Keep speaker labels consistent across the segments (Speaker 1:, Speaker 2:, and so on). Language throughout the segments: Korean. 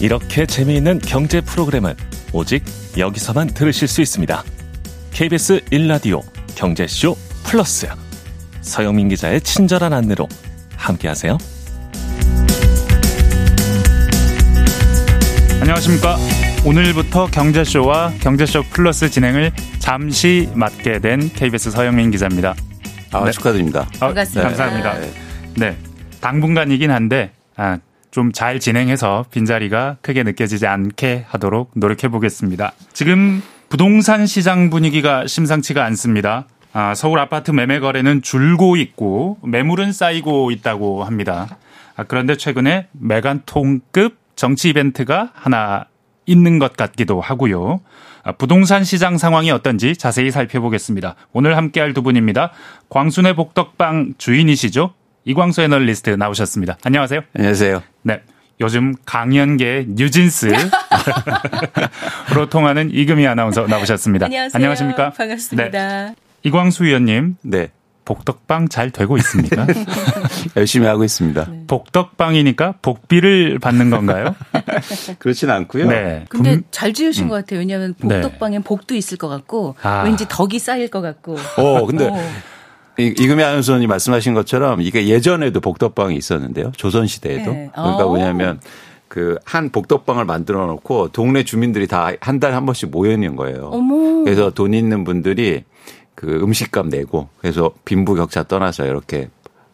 Speaker 1: 이렇게 재미있는 경제 프로그램은 오직 여기서만 들으실 수 있습니다. KBS 1라디오 경제쇼 플러스 서영민 기자의 친절한 안내로 함께하세요.
Speaker 2: 안녕하십니까. 오늘부터 경제쇼와 경제쇼 플러스 진행을 잠시 맡게 된 KBS 서영민 기자입니다.
Speaker 3: 아,
Speaker 2: 네.
Speaker 3: 축하드립니다.
Speaker 2: 아,
Speaker 4: 반갑습니다.
Speaker 2: 감사합니다.
Speaker 3: 네.
Speaker 2: 네. 당분간이긴 한데, 아, 좀 잘 진행해서 빈자리가 크게 느껴지지 않게 하도록 노력해 보겠습니다. 지금 부동산 시장 분위기가 심상치가 않습니다. 아, 서울 아파트 매매 거래는 줄고 있고 매물은 쌓이고 있다고 합니다. 아, 그런데 최근에 메간통급 정치 이벤트가 하나 있는 것 같기도 하고요. 아, 부동산 시장 상황이 어떤지 자세히 살펴보겠습니다. 오늘 함께할 두 분입니다. 광순의 복덕방 주인이시죠? 이광수 애널리스트 나오셨습니다. 안녕하세요.
Speaker 3: 안녕하세요.
Speaker 2: 네. 요즘 강연계 뉴진스로 통하는 이금희 아나운서 나오셨습니다.
Speaker 4: 안녕하세요.
Speaker 2: 십니까 네.
Speaker 4: 반갑습니다.
Speaker 2: 이광수 위원님,
Speaker 3: 네.
Speaker 2: 복덕방 잘 되고 있습니까?
Speaker 4: 네.
Speaker 3: 열심히 하고 있습니다.
Speaker 2: 복덕방이니까 복비를 받는 건가요?
Speaker 3: 그렇진 않고요.
Speaker 2: 네.
Speaker 4: 근데
Speaker 2: 분-
Speaker 4: 잘 지으신 것 같아요. 왜냐하면
Speaker 2: 네.
Speaker 4: 복덕방엔 복도 있을 것 같고
Speaker 2: 아.
Speaker 4: 왠지 덕이 쌓일 것 같고.
Speaker 3: 어, 근데
Speaker 4: 오.
Speaker 3: 이- 이금희 아나운서님 말씀하신 것처럼 이게 예전에도 복덕방이 있었는데요. 조선시대에도.
Speaker 4: 네.
Speaker 3: 그러니까
Speaker 4: 어.
Speaker 3: 뭐냐면 그 한 복덕방을 만들어 놓고 동네 주민들이 다 한 달 한 번씩 모여 있는 거예요.
Speaker 4: 어머.
Speaker 3: 그래서 돈 있는 분들이 그 음식값 내고 그래서 빈부격차 떠나서 이렇게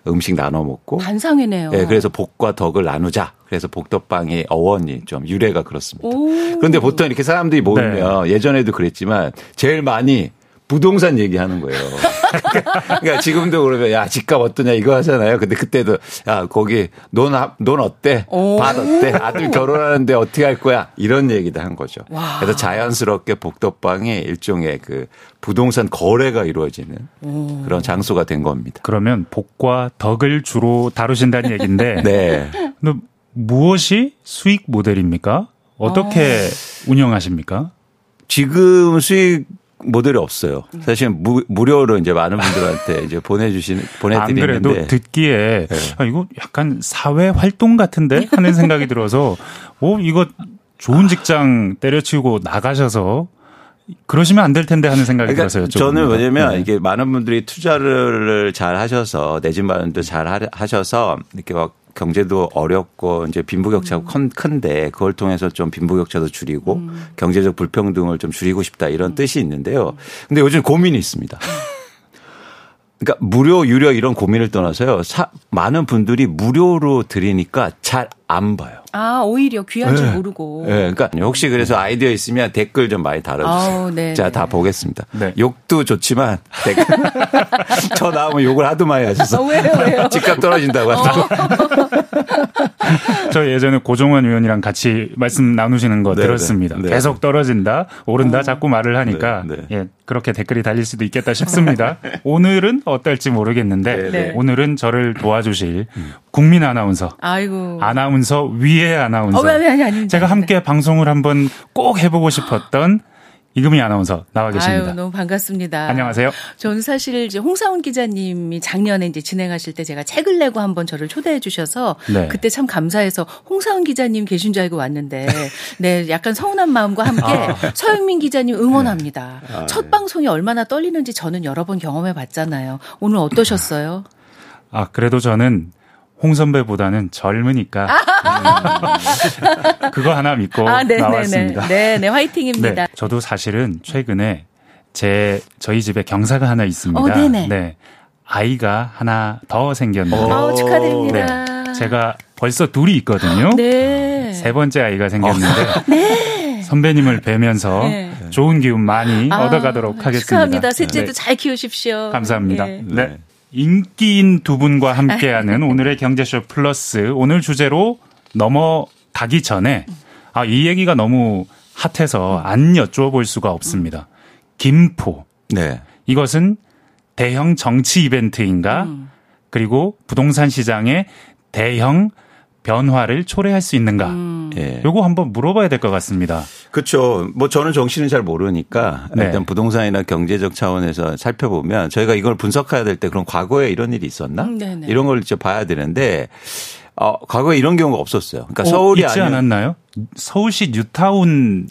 Speaker 3: 음식 나눠 먹고
Speaker 4: 반상회네요.
Speaker 3: 예, 그래서 복과 덕을 나누자. 그래서 복덕방의 어원이 좀 유래가 그렇습니다.
Speaker 4: 오.
Speaker 3: 그런데 보통 이렇게 사람들이 모이면 예전에도 그랬지만 제일 많이 부동산 얘기하는 거예요. 그러니까 지금도 그러면 야 집값 어떠냐 이거 하잖아요. 근데 그때도 야 거기 논, 아- 논 어때?
Speaker 4: 오.
Speaker 3: 밭 어때? 아들 결혼하는데 어떻게 할 거야? 이런 얘기도 한 거죠.
Speaker 4: 와.
Speaker 3: 그래서 자연스럽게 복덕방이 일종의 그 부동산 거래가 이루어지는 그런 장소가 된 겁니다.
Speaker 2: 그러면 복과 덕을 주로 다루신다는
Speaker 4: 그
Speaker 2: 얘기인데
Speaker 3: 네.
Speaker 2: 근데 무엇이 수익 모델입니까? 어떻게 운영하십니까?
Speaker 3: 지금 수익 모델이 없어요. 사실 무, 무료로 이제 많은 분들한테 이제 보내주시는
Speaker 2: 안 그래도
Speaker 3: 보내드리는데 네.
Speaker 2: 듣기에 아, 이거 약간 사회 활동 같은데 하는 생각이 들어서 어 이거 좋은 직장 때려치우고 나가셔서 그러시면 안 될 텐데 하는 생각이
Speaker 3: 그러니까
Speaker 2: 들어서요. 네.
Speaker 3: 저는 왜냐면 이게 많은 분들이 투자를 잘 하셔서 내 집 마련도 잘 하- 하셔서 이렇게 막 경제도 어렵고 이제 빈부격차가 큰- 큰데 그걸 통해서 좀 빈부격차도 줄이고 경제적 불평등을 좀 줄이고 싶다 이런 뜻이 있는데요. 근데 요즘 고민이 있습니다. 그러니까 무료 유료 이런 고민을 떠나서요. 사- 많은 분들이 무료로 드리니까 잘 안 봐요.
Speaker 4: 아 오히려 귀한
Speaker 2: 네.
Speaker 4: 줄 모르고.
Speaker 3: 예, 그러니까 혹시 그래서 아이디어 있으면 댓글 좀 많이 달아주세요.
Speaker 4: 아우, 네,
Speaker 3: 제가
Speaker 4: 네.
Speaker 3: 다 보겠습니다.
Speaker 2: 네.
Speaker 3: 욕도 좋지만 댓글 저 나오면 욕을 하도 많이
Speaker 4: 아,
Speaker 3: 하셔서
Speaker 4: 왜요 왜요?
Speaker 3: 집값 떨어진다고 하더라고요.
Speaker 2: 저 예전에 고종원 의원이랑 같이 말씀 나누시는 거
Speaker 3: 네,
Speaker 2: 들었습니다.
Speaker 3: 네, 네.
Speaker 2: 계속 떨어진다, 오른다, 자꾸 말을 하니까
Speaker 3: 네, 네.
Speaker 2: 예, 그렇게 댓글이 달릴 수도 있겠다 싶습니다. 오늘은 어떨지 모르겠는데
Speaker 3: 네, 음.
Speaker 4: 네.
Speaker 2: 오늘은 저를 도와주실 국민 아나운서,
Speaker 4: 아이고.
Speaker 2: 아나운서 위의 아나운서,
Speaker 4: 어, 왜, 왜, 아니, 아니. 네.
Speaker 2: 제가 함께 방송을 한번 꼭 해보고 싶었던 이금희 아나운서 나와 계십니다.
Speaker 4: 아유 너무 반갑습니다.
Speaker 2: 안녕하세요.
Speaker 4: 저는 사실 이제 홍사훈 기자님이 작년에 이제 진행하실 때 제가 책을 내고 한번 저를 초대해 주셔서
Speaker 2: 네.
Speaker 4: 그때 참 감사해서 홍사훈 기자님 계신 줄 알고 왔는데 네 약간 서운한 마음과 함께
Speaker 2: 아.
Speaker 4: 서영민 기자님 응원합니다.
Speaker 2: 네.
Speaker 4: 첫 방송이 얼마나 떨리는지 저는 여러 번 경험해 봤잖아요. 오늘 어떠셨어요?
Speaker 2: 아 그래도 저는 홍 선배보다는 젊으니까 음. 그거 하나 믿고 어, 나왔습니다.
Speaker 4: 아. 네네네. 네네 화이팅입니다.
Speaker 2: 네, 저도 사실은 최근에 제 저희 집에 경사가 하나 있습니다.
Speaker 4: 어, 네네.
Speaker 2: 네, 아이가 하나 더 생겼는데
Speaker 4: 어, 아우
Speaker 2: 네,
Speaker 4: 축하드립니다.
Speaker 2: 제가 벌써 둘이 있거든요.
Speaker 4: 네. 어.
Speaker 2: 세 번째 아이가 생겼는데 선배님을 뵈면서
Speaker 4: 네.
Speaker 2: 좋은 기운 많이
Speaker 4: 아,
Speaker 2: 얻어가도록 하겠습니다.
Speaker 4: 축하합니다. 셋째도
Speaker 2: 네,
Speaker 4: 잘 키우십시오.
Speaker 2: 감사합니다.
Speaker 4: 예.
Speaker 2: 네. 인기인 두 분과 함께하는 오늘의 경제쇼 플러스 오늘 주제로 넘어가기 전에 아, 이 얘기가 너무 핫해서 안 여쭈어볼 수가 없습니다. 김포.
Speaker 3: 네.
Speaker 2: 이것은 대형 정치 이벤트인가 그리고 부동산 시장의 대형 변화를 초래할 수 있는가
Speaker 3: 예.
Speaker 2: 요거 한번 물어봐야 될 것 같습니다.
Speaker 3: 그렇죠. 뭐 저는 정신을 잘 모르니까
Speaker 2: 네.
Speaker 3: 일단 부동산이나 경제적 차원에서 살펴보면 저희가 이걸 분석해야 될 때 그럼 과거에 이런 일이 있었나?
Speaker 4: 음, 네네.
Speaker 3: 이런 걸 이제 봐야 되는데 어, 과거에 이런 경우가 없었어요. 그러니까
Speaker 2: 어,
Speaker 3: 서울이
Speaker 2: 있지
Speaker 3: 아니면
Speaker 2: 않았나요? 서울시 뉴타운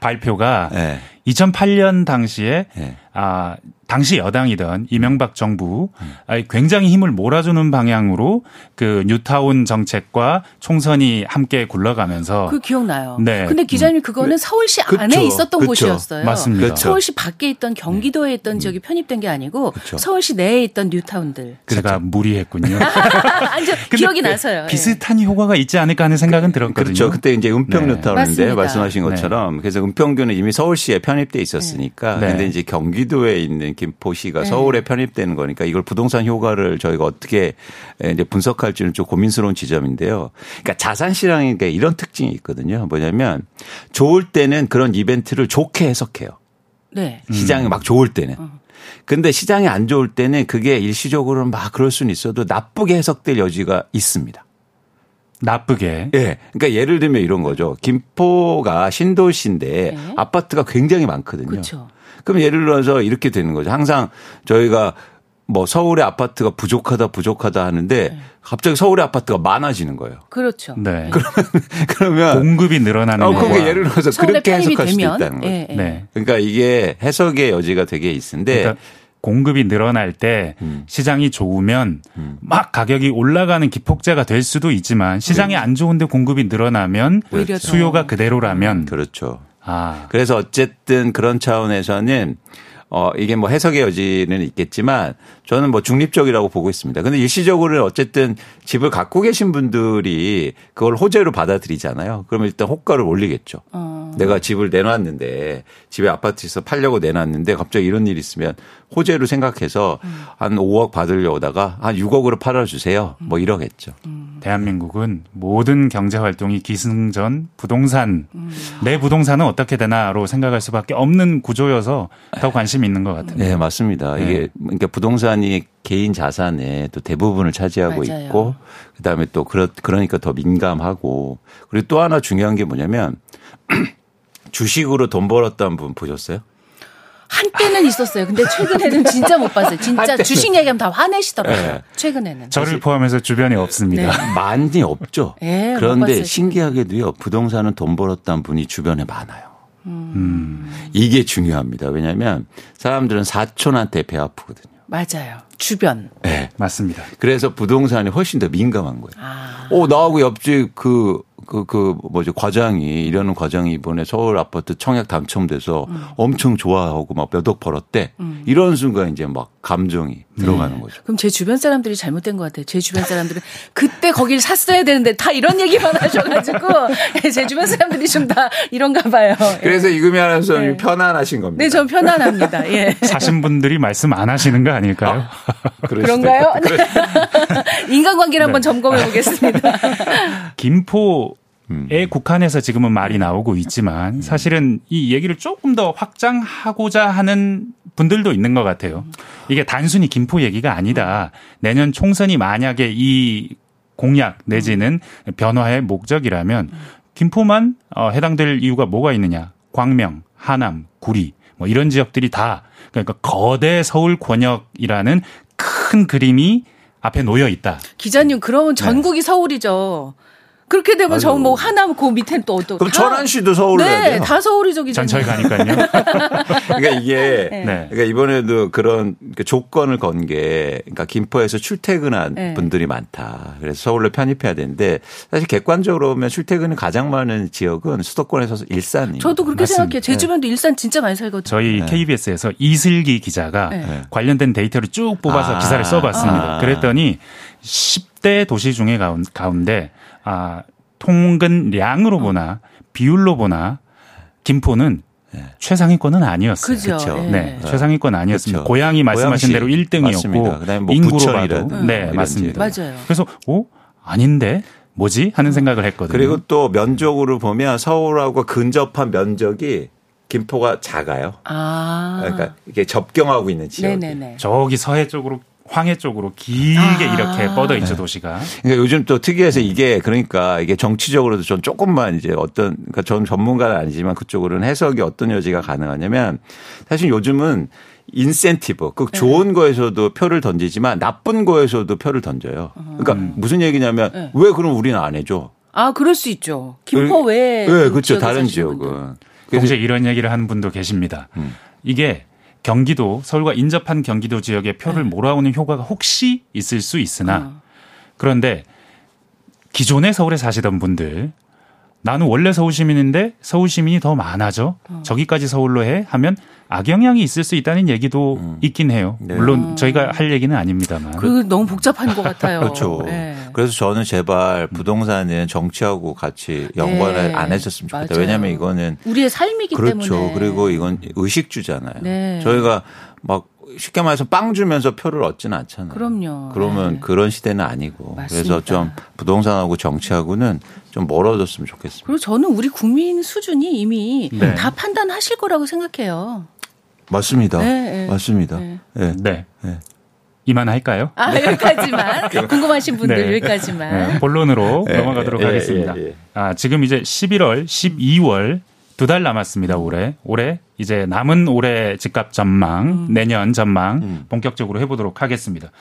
Speaker 2: 발표가
Speaker 3: 예.
Speaker 2: 2008년 당시에
Speaker 3: 예.
Speaker 2: 아, 당시 여당이던 이명박 정부 아, 굉장히 힘을 몰아주는 방향으로 그 뉴타운 정책과 총선이 함께 굴러가면서
Speaker 4: 그 기억나요.
Speaker 2: 네.
Speaker 4: 근데 기자님 그거는 서울시
Speaker 3: 그쵸.
Speaker 4: 안에 있었던
Speaker 3: 그쵸.
Speaker 4: 곳이었어요.
Speaker 2: 맞습니다. 네. 음.
Speaker 3: 그쵸.
Speaker 4: 서울시 밖에 있던 경기도에 있던 지역이 편입된 게 아니고 서울시 내에 있던 뉴타운들.
Speaker 2: 제가
Speaker 3: 그렇죠.
Speaker 2: 무리했군요.
Speaker 4: 아니, 저
Speaker 2: 근데
Speaker 4: 기억이
Speaker 2: 그
Speaker 4: 나서요. 예.
Speaker 2: 비슷한 효과가 있지 않을까 하는 생각은 들었거든요.
Speaker 3: 그렇죠. 그때 이제
Speaker 2: 네.
Speaker 3: 은평뉴 타운인데
Speaker 4: 맞습니다.
Speaker 3: 말씀하신 것처럼 그래서 은평교는 이미 서울시에 편입돼 있었으니까
Speaker 2: 네.
Speaker 3: 근데 이제 경기도에 있는 김포시가
Speaker 4: 네.
Speaker 3: 서울에 편입되는 거니까 이걸 부동산 효과를 저희가 어떻게 예, 이제 분석할지는 좀 고민스러운 지점인데요. 그러니까 자산 시장에 게 이런 특징이 있거든요. 뭐냐면 좋을 때는 그런 이벤트를 좋게 해석해요.
Speaker 4: 네.
Speaker 2: 음.
Speaker 3: 시장이 막 좋을 때는.
Speaker 4: 어.
Speaker 3: 근데 시장이 안 좋을 때는 그게 일시적으로 막 그럴 수는 있어도 나쁘게 해석될 여지가 있습니다.
Speaker 2: 나쁘게.
Speaker 3: 예. 그러니까 예를 들면 이런 거죠. 김포가 신도시인데
Speaker 4: 네.
Speaker 3: 아파트가 굉장히
Speaker 2: 음.
Speaker 3: 많거든요.
Speaker 4: 그렇죠.
Speaker 3: 그럼 예를 들어서 이렇게 되는 거죠. 항상 저희가 뭐 서울의 아파트가 부족하다 부족하다 하는데
Speaker 4: 네.
Speaker 3: 갑자기 서울의 아파트가 많아지는 거예요.
Speaker 4: 그렇죠.
Speaker 2: 네.
Speaker 3: 그러면
Speaker 2: 공급이 늘어나는
Speaker 3: 어, 그게
Speaker 2: 효과.
Speaker 3: 예를 들어서
Speaker 4: 서울에
Speaker 3: 그렇게
Speaker 4: 편입이
Speaker 3: 해석할 수도
Speaker 4: 되면
Speaker 3: 있다는 거예요.
Speaker 4: 예, 예.
Speaker 2: 네.
Speaker 3: 그러니까 이게 해석의 여지가 되게 있는데
Speaker 2: 그러니까 공급이 늘어날 때
Speaker 4: 음.
Speaker 2: 시장이 좋으면 막 가격이 올라가는 기폭제가 될 수도 있지만 시장이 안 좋은데 공급이 늘어나면
Speaker 4: 네. 오히려 더. 음.
Speaker 2: 수요가 그대로라면
Speaker 3: 그렇죠.
Speaker 2: 아
Speaker 3: 그래서 어쨌든 그런 차원에서는 어 이게 뭐 해석의 여지는 있겠지만 저는 뭐 중립적이라고 보고 있습니다. 근데 일시적으로는 어쨌든 집을 갖고 계신 분들이 그걸 호재로 받아들이잖아요. 그러면 일단 호가를 올리겠죠.
Speaker 4: 어.
Speaker 3: 내가 집을 내놨는데 집에 아파트에서 팔려고 내놨는데 갑자기 이런 일이 있으면 호재로 생각해서 한 5억 받으려다가 한 6억으로 팔아주세요. 뭐 이러겠죠.
Speaker 2: 대한민국은 모든 경제 활동이 기승전 부동산
Speaker 4: 음.
Speaker 2: 내 부동산은 어떻게 되나로 생각할 수밖에 없는 구조여서 더 관심 이 있는 것 같아요.
Speaker 3: 네, 맞습니다. 이게 그러니까 부동산이 개인 자산의 또 대부분을 차지하고
Speaker 4: 맞아요.
Speaker 3: 있고 그다음에 또 그러, 그러니까 더 민감하고 그리고 또 하나 중요한 게 뭐냐면 주식으로 돈 벌었던 분 보셨어요?
Speaker 4: 한때는 있었어요. 근데 최근에는 진짜 못 봤어요. 진짜
Speaker 3: 한때는.
Speaker 4: 주식 얘기하면 다 화내시더라고요.
Speaker 3: 예.
Speaker 4: 최근에는.
Speaker 2: 네. 저를 포함해서 주변에 없습니다.
Speaker 3: 많이 없죠.
Speaker 4: 예, 못
Speaker 3: 그런데
Speaker 4: 봤어요,
Speaker 3: 신기하게도요 부동산은 돈 벌었던 분이 주변에 많아요.
Speaker 4: 음.
Speaker 3: 음. 이게 중요합니다. 왜냐하면 사람들은 사촌한테 배 아프거든요.
Speaker 4: 맞아요. 주변.
Speaker 3: 네.
Speaker 2: 맞습니다.
Speaker 3: 그래서 부동산이 훨씬 더 민감한 거예요.
Speaker 4: 아.
Speaker 3: 어, 나하고 옆집 그, 그, 그, 뭐지, 과장이, 이러는 과장이 이번에 서울 아파트 청약 당첨돼서
Speaker 4: 음.
Speaker 3: 엄청 좋아하고 막 몇 억 벌었대. 이런 순간 이제 막 감정이 들어가는 거죠.
Speaker 4: 그럼 제 주변 사람들이 잘못된 것 같아요. 제 주변 사람들은 그때 거길 샀어야 되는데 다 이런 얘기만 하셔가지고 제 주변 사람들이 좀 다 이런가 봐요. 예.
Speaker 3: 그래서 이금희 아나운서님이
Speaker 4: 네.
Speaker 3: 편안하신 겁니다.
Speaker 4: 네, 전 편안합니다. 예.
Speaker 2: 사신 분들이 말씀 안 하시는 거 아닐까요?
Speaker 3: 그럴 수도 있고. 네.
Speaker 4: 그런가요? 네. 인간관계를 한번 점검해 보겠습니다.
Speaker 2: 김포에 국한해서 지금은 말이 나오고 있지만 사실은 이 얘기를 조금 더 확장하고자 하는 분들도 있는 것 같아요. 이게 단순히 김포 얘기가 아니다. 내년 총선이 만약에 이 공약 내지는 변화의 목적이라면 김포만 어, 해당될 이유가 뭐가 있느냐? 광명, 하남, 구리 뭐 이런 지역들이 다 그러니까 거대 서울 권역이라는 큰 그림이 앞에 놓여 있다.
Speaker 4: 기자님, 그러면
Speaker 3: 네.
Speaker 4: 전국이 서울이죠. 그렇게 되면 저 뭐 하남 그 밑엔 또 어떤
Speaker 3: 그럼 천안시도 서울로 해야
Speaker 4: 네,
Speaker 3: 돼요.
Speaker 4: 다 서울이죠, 기자님.
Speaker 2: 전철 가니까요.
Speaker 3: 그러니까 이게
Speaker 2: 네.
Speaker 3: 그러니까 이번에도 그런 그 조건을 건 게 그러니까 김포에서 출퇴근한
Speaker 4: 네.
Speaker 3: 분들이 많다. 그래서 서울로 편입해야 되는데 사실 객관적으로 보면 출퇴근이 가장 많은 지역은 수도권에서 일산이에요.
Speaker 4: 저도 그렇게
Speaker 2: 맞습니다.
Speaker 3: 네.
Speaker 4: 생각해요. 제 주변도 일산 진짜 많이 살거든요.
Speaker 2: 저희 KBS에서 이슬기 기자가
Speaker 4: 네.
Speaker 2: 관련된 데이터를 쭉 뽑아서
Speaker 3: 아.
Speaker 2: 기사를 써봤습니다.
Speaker 3: 아.
Speaker 2: 그랬더니 10대 도시 중에 가운- 가운데 아,
Speaker 4: 어.
Speaker 2: 통근량으로 보나 비율로 보나 김포는 최상위권은 아니었어요.
Speaker 3: 네.
Speaker 4: 그죠.
Speaker 3: 그쵸.
Speaker 4: 예.
Speaker 2: 네, 최상위권 아니었습니다.
Speaker 3: 그렇죠.
Speaker 2: 고양이 말씀하신
Speaker 3: 고양시.
Speaker 2: 대로 1등이었고
Speaker 3: 맞습니다. 그다음에 뭐
Speaker 2: 인구로
Speaker 3: 부천이라든
Speaker 2: 봐도
Speaker 3: 뭐
Speaker 2: 네,
Speaker 3: 이런
Speaker 2: 맞습니다.
Speaker 4: 맞아요. 음.
Speaker 2: 그래서 어 아닌데 뭐지 하는 생각을 했거든요.
Speaker 3: 그리고 또 면적으로 보면 서울하고 근접한 면적이 김포가 작아요.
Speaker 4: 아.
Speaker 3: 그러니까 이게 접경하고 있는 지역.
Speaker 4: 네네네.
Speaker 2: 저기 서해 쪽으로 황해 쪽으로 길게
Speaker 4: 아.
Speaker 2: 이렇게 뻗어 있죠 도시가.
Speaker 3: 그러니까 요즘 또 특이해서 이게 그러니까 이게 정치적으로도 전 조금만 이제 어떤 그러니까 전 전문가는 아니지만 그쪽으로는 해석이 어떤 여지가 가능하냐면 사실 요즘은 인센티브 그
Speaker 4: 네.
Speaker 3: 좋은 거에서도 표를 던지지만 나쁜 거에서도 표를 던져요. 그러니까 무슨 얘기냐면
Speaker 4: 아. 네.
Speaker 3: 왜 그럼 우리는 안 해줘?
Speaker 4: 아, 그럴 수 있죠. 김포 외에
Speaker 3: 예, 그렇죠.
Speaker 4: 지역에
Speaker 3: 다른
Speaker 4: 사시는 분들.
Speaker 3: 지역은.
Speaker 2: 동시에 이런 얘기를 하는 분도 계십니다.
Speaker 3: 음.
Speaker 2: 이게 경기도 서울과 인접한 경기도 지역에 표를 몰아오는 효과가 혹시 있을 수 있으나 그런데 기존에 서울에 사시던 분들 나는 원래 서울 시민인데 서울 시민이 더 많아져 저기까지 서울로 해 하면 악영향이 있을 수 있다는 얘기도 있긴 해요.
Speaker 3: 네.
Speaker 2: 물론 저희가 할 얘기는 아닙니다만.
Speaker 4: 그 너무 복잡한 것 같아요.
Speaker 3: 그렇죠.
Speaker 4: 예.
Speaker 3: 그래서 저는 제발 부동산은 정치하고 같이 연관을
Speaker 4: 네.
Speaker 3: 안 했었으면 좋겠다.
Speaker 4: 맞아요.
Speaker 3: 왜냐하면 이거는
Speaker 4: 우리의 삶이기
Speaker 3: 그렇죠.
Speaker 4: 때문에.
Speaker 3: 그리고 이건 의식주잖아요.
Speaker 4: 네.
Speaker 3: 저희가 막 쉽게 말해서 빵 주면서 표를 얻지는 않잖아요.
Speaker 4: 그럼요.
Speaker 3: 그러면
Speaker 4: 네.
Speaker 3: 그런 시대는 아니고.
Speaker 4: 맞습니다.
Speaker 3: 그래서 좀 부동산하고 정치하고는 좀 멀어졌으면 좋겠습니다.
Speaker 4: 그리고 저는 우리 국민 수준이 이미
Speaker 2: 네.
Speaker 4: 다 판단하실 거라고 생각해요.
Speaker 3: 맞습니다.
Speaker 4: 네, 네.
Speaker 3: 맞습니다.
Speaker 4: 네.
Speaker 3: 네.
Speaker 2: 네.
Speaker 3: 네.
Speaker 2: 이만 할까요?
Speaker 4: 아, 여기까지만. 궁금하신 분들
Speaker 2: 네.
Speaker 4: 여기까지만.
Speaker 2: 네, 본론으로 넘어가도록
Speaker 3: 예,
Speaker 2: 하겠습니다.
Speaker 3: 예, 예.
Speaker 2: 아, 지금 이제 11월, 12월 두 달 남았습니다. 올해. 올해 이제 남은 올해 집값
Speaker 4: 음.
Speaker 2: 전망, 내년 전망
Speaker 3: 음.
Speaker 2: 본격적으로 해 보도록 하겠습니다.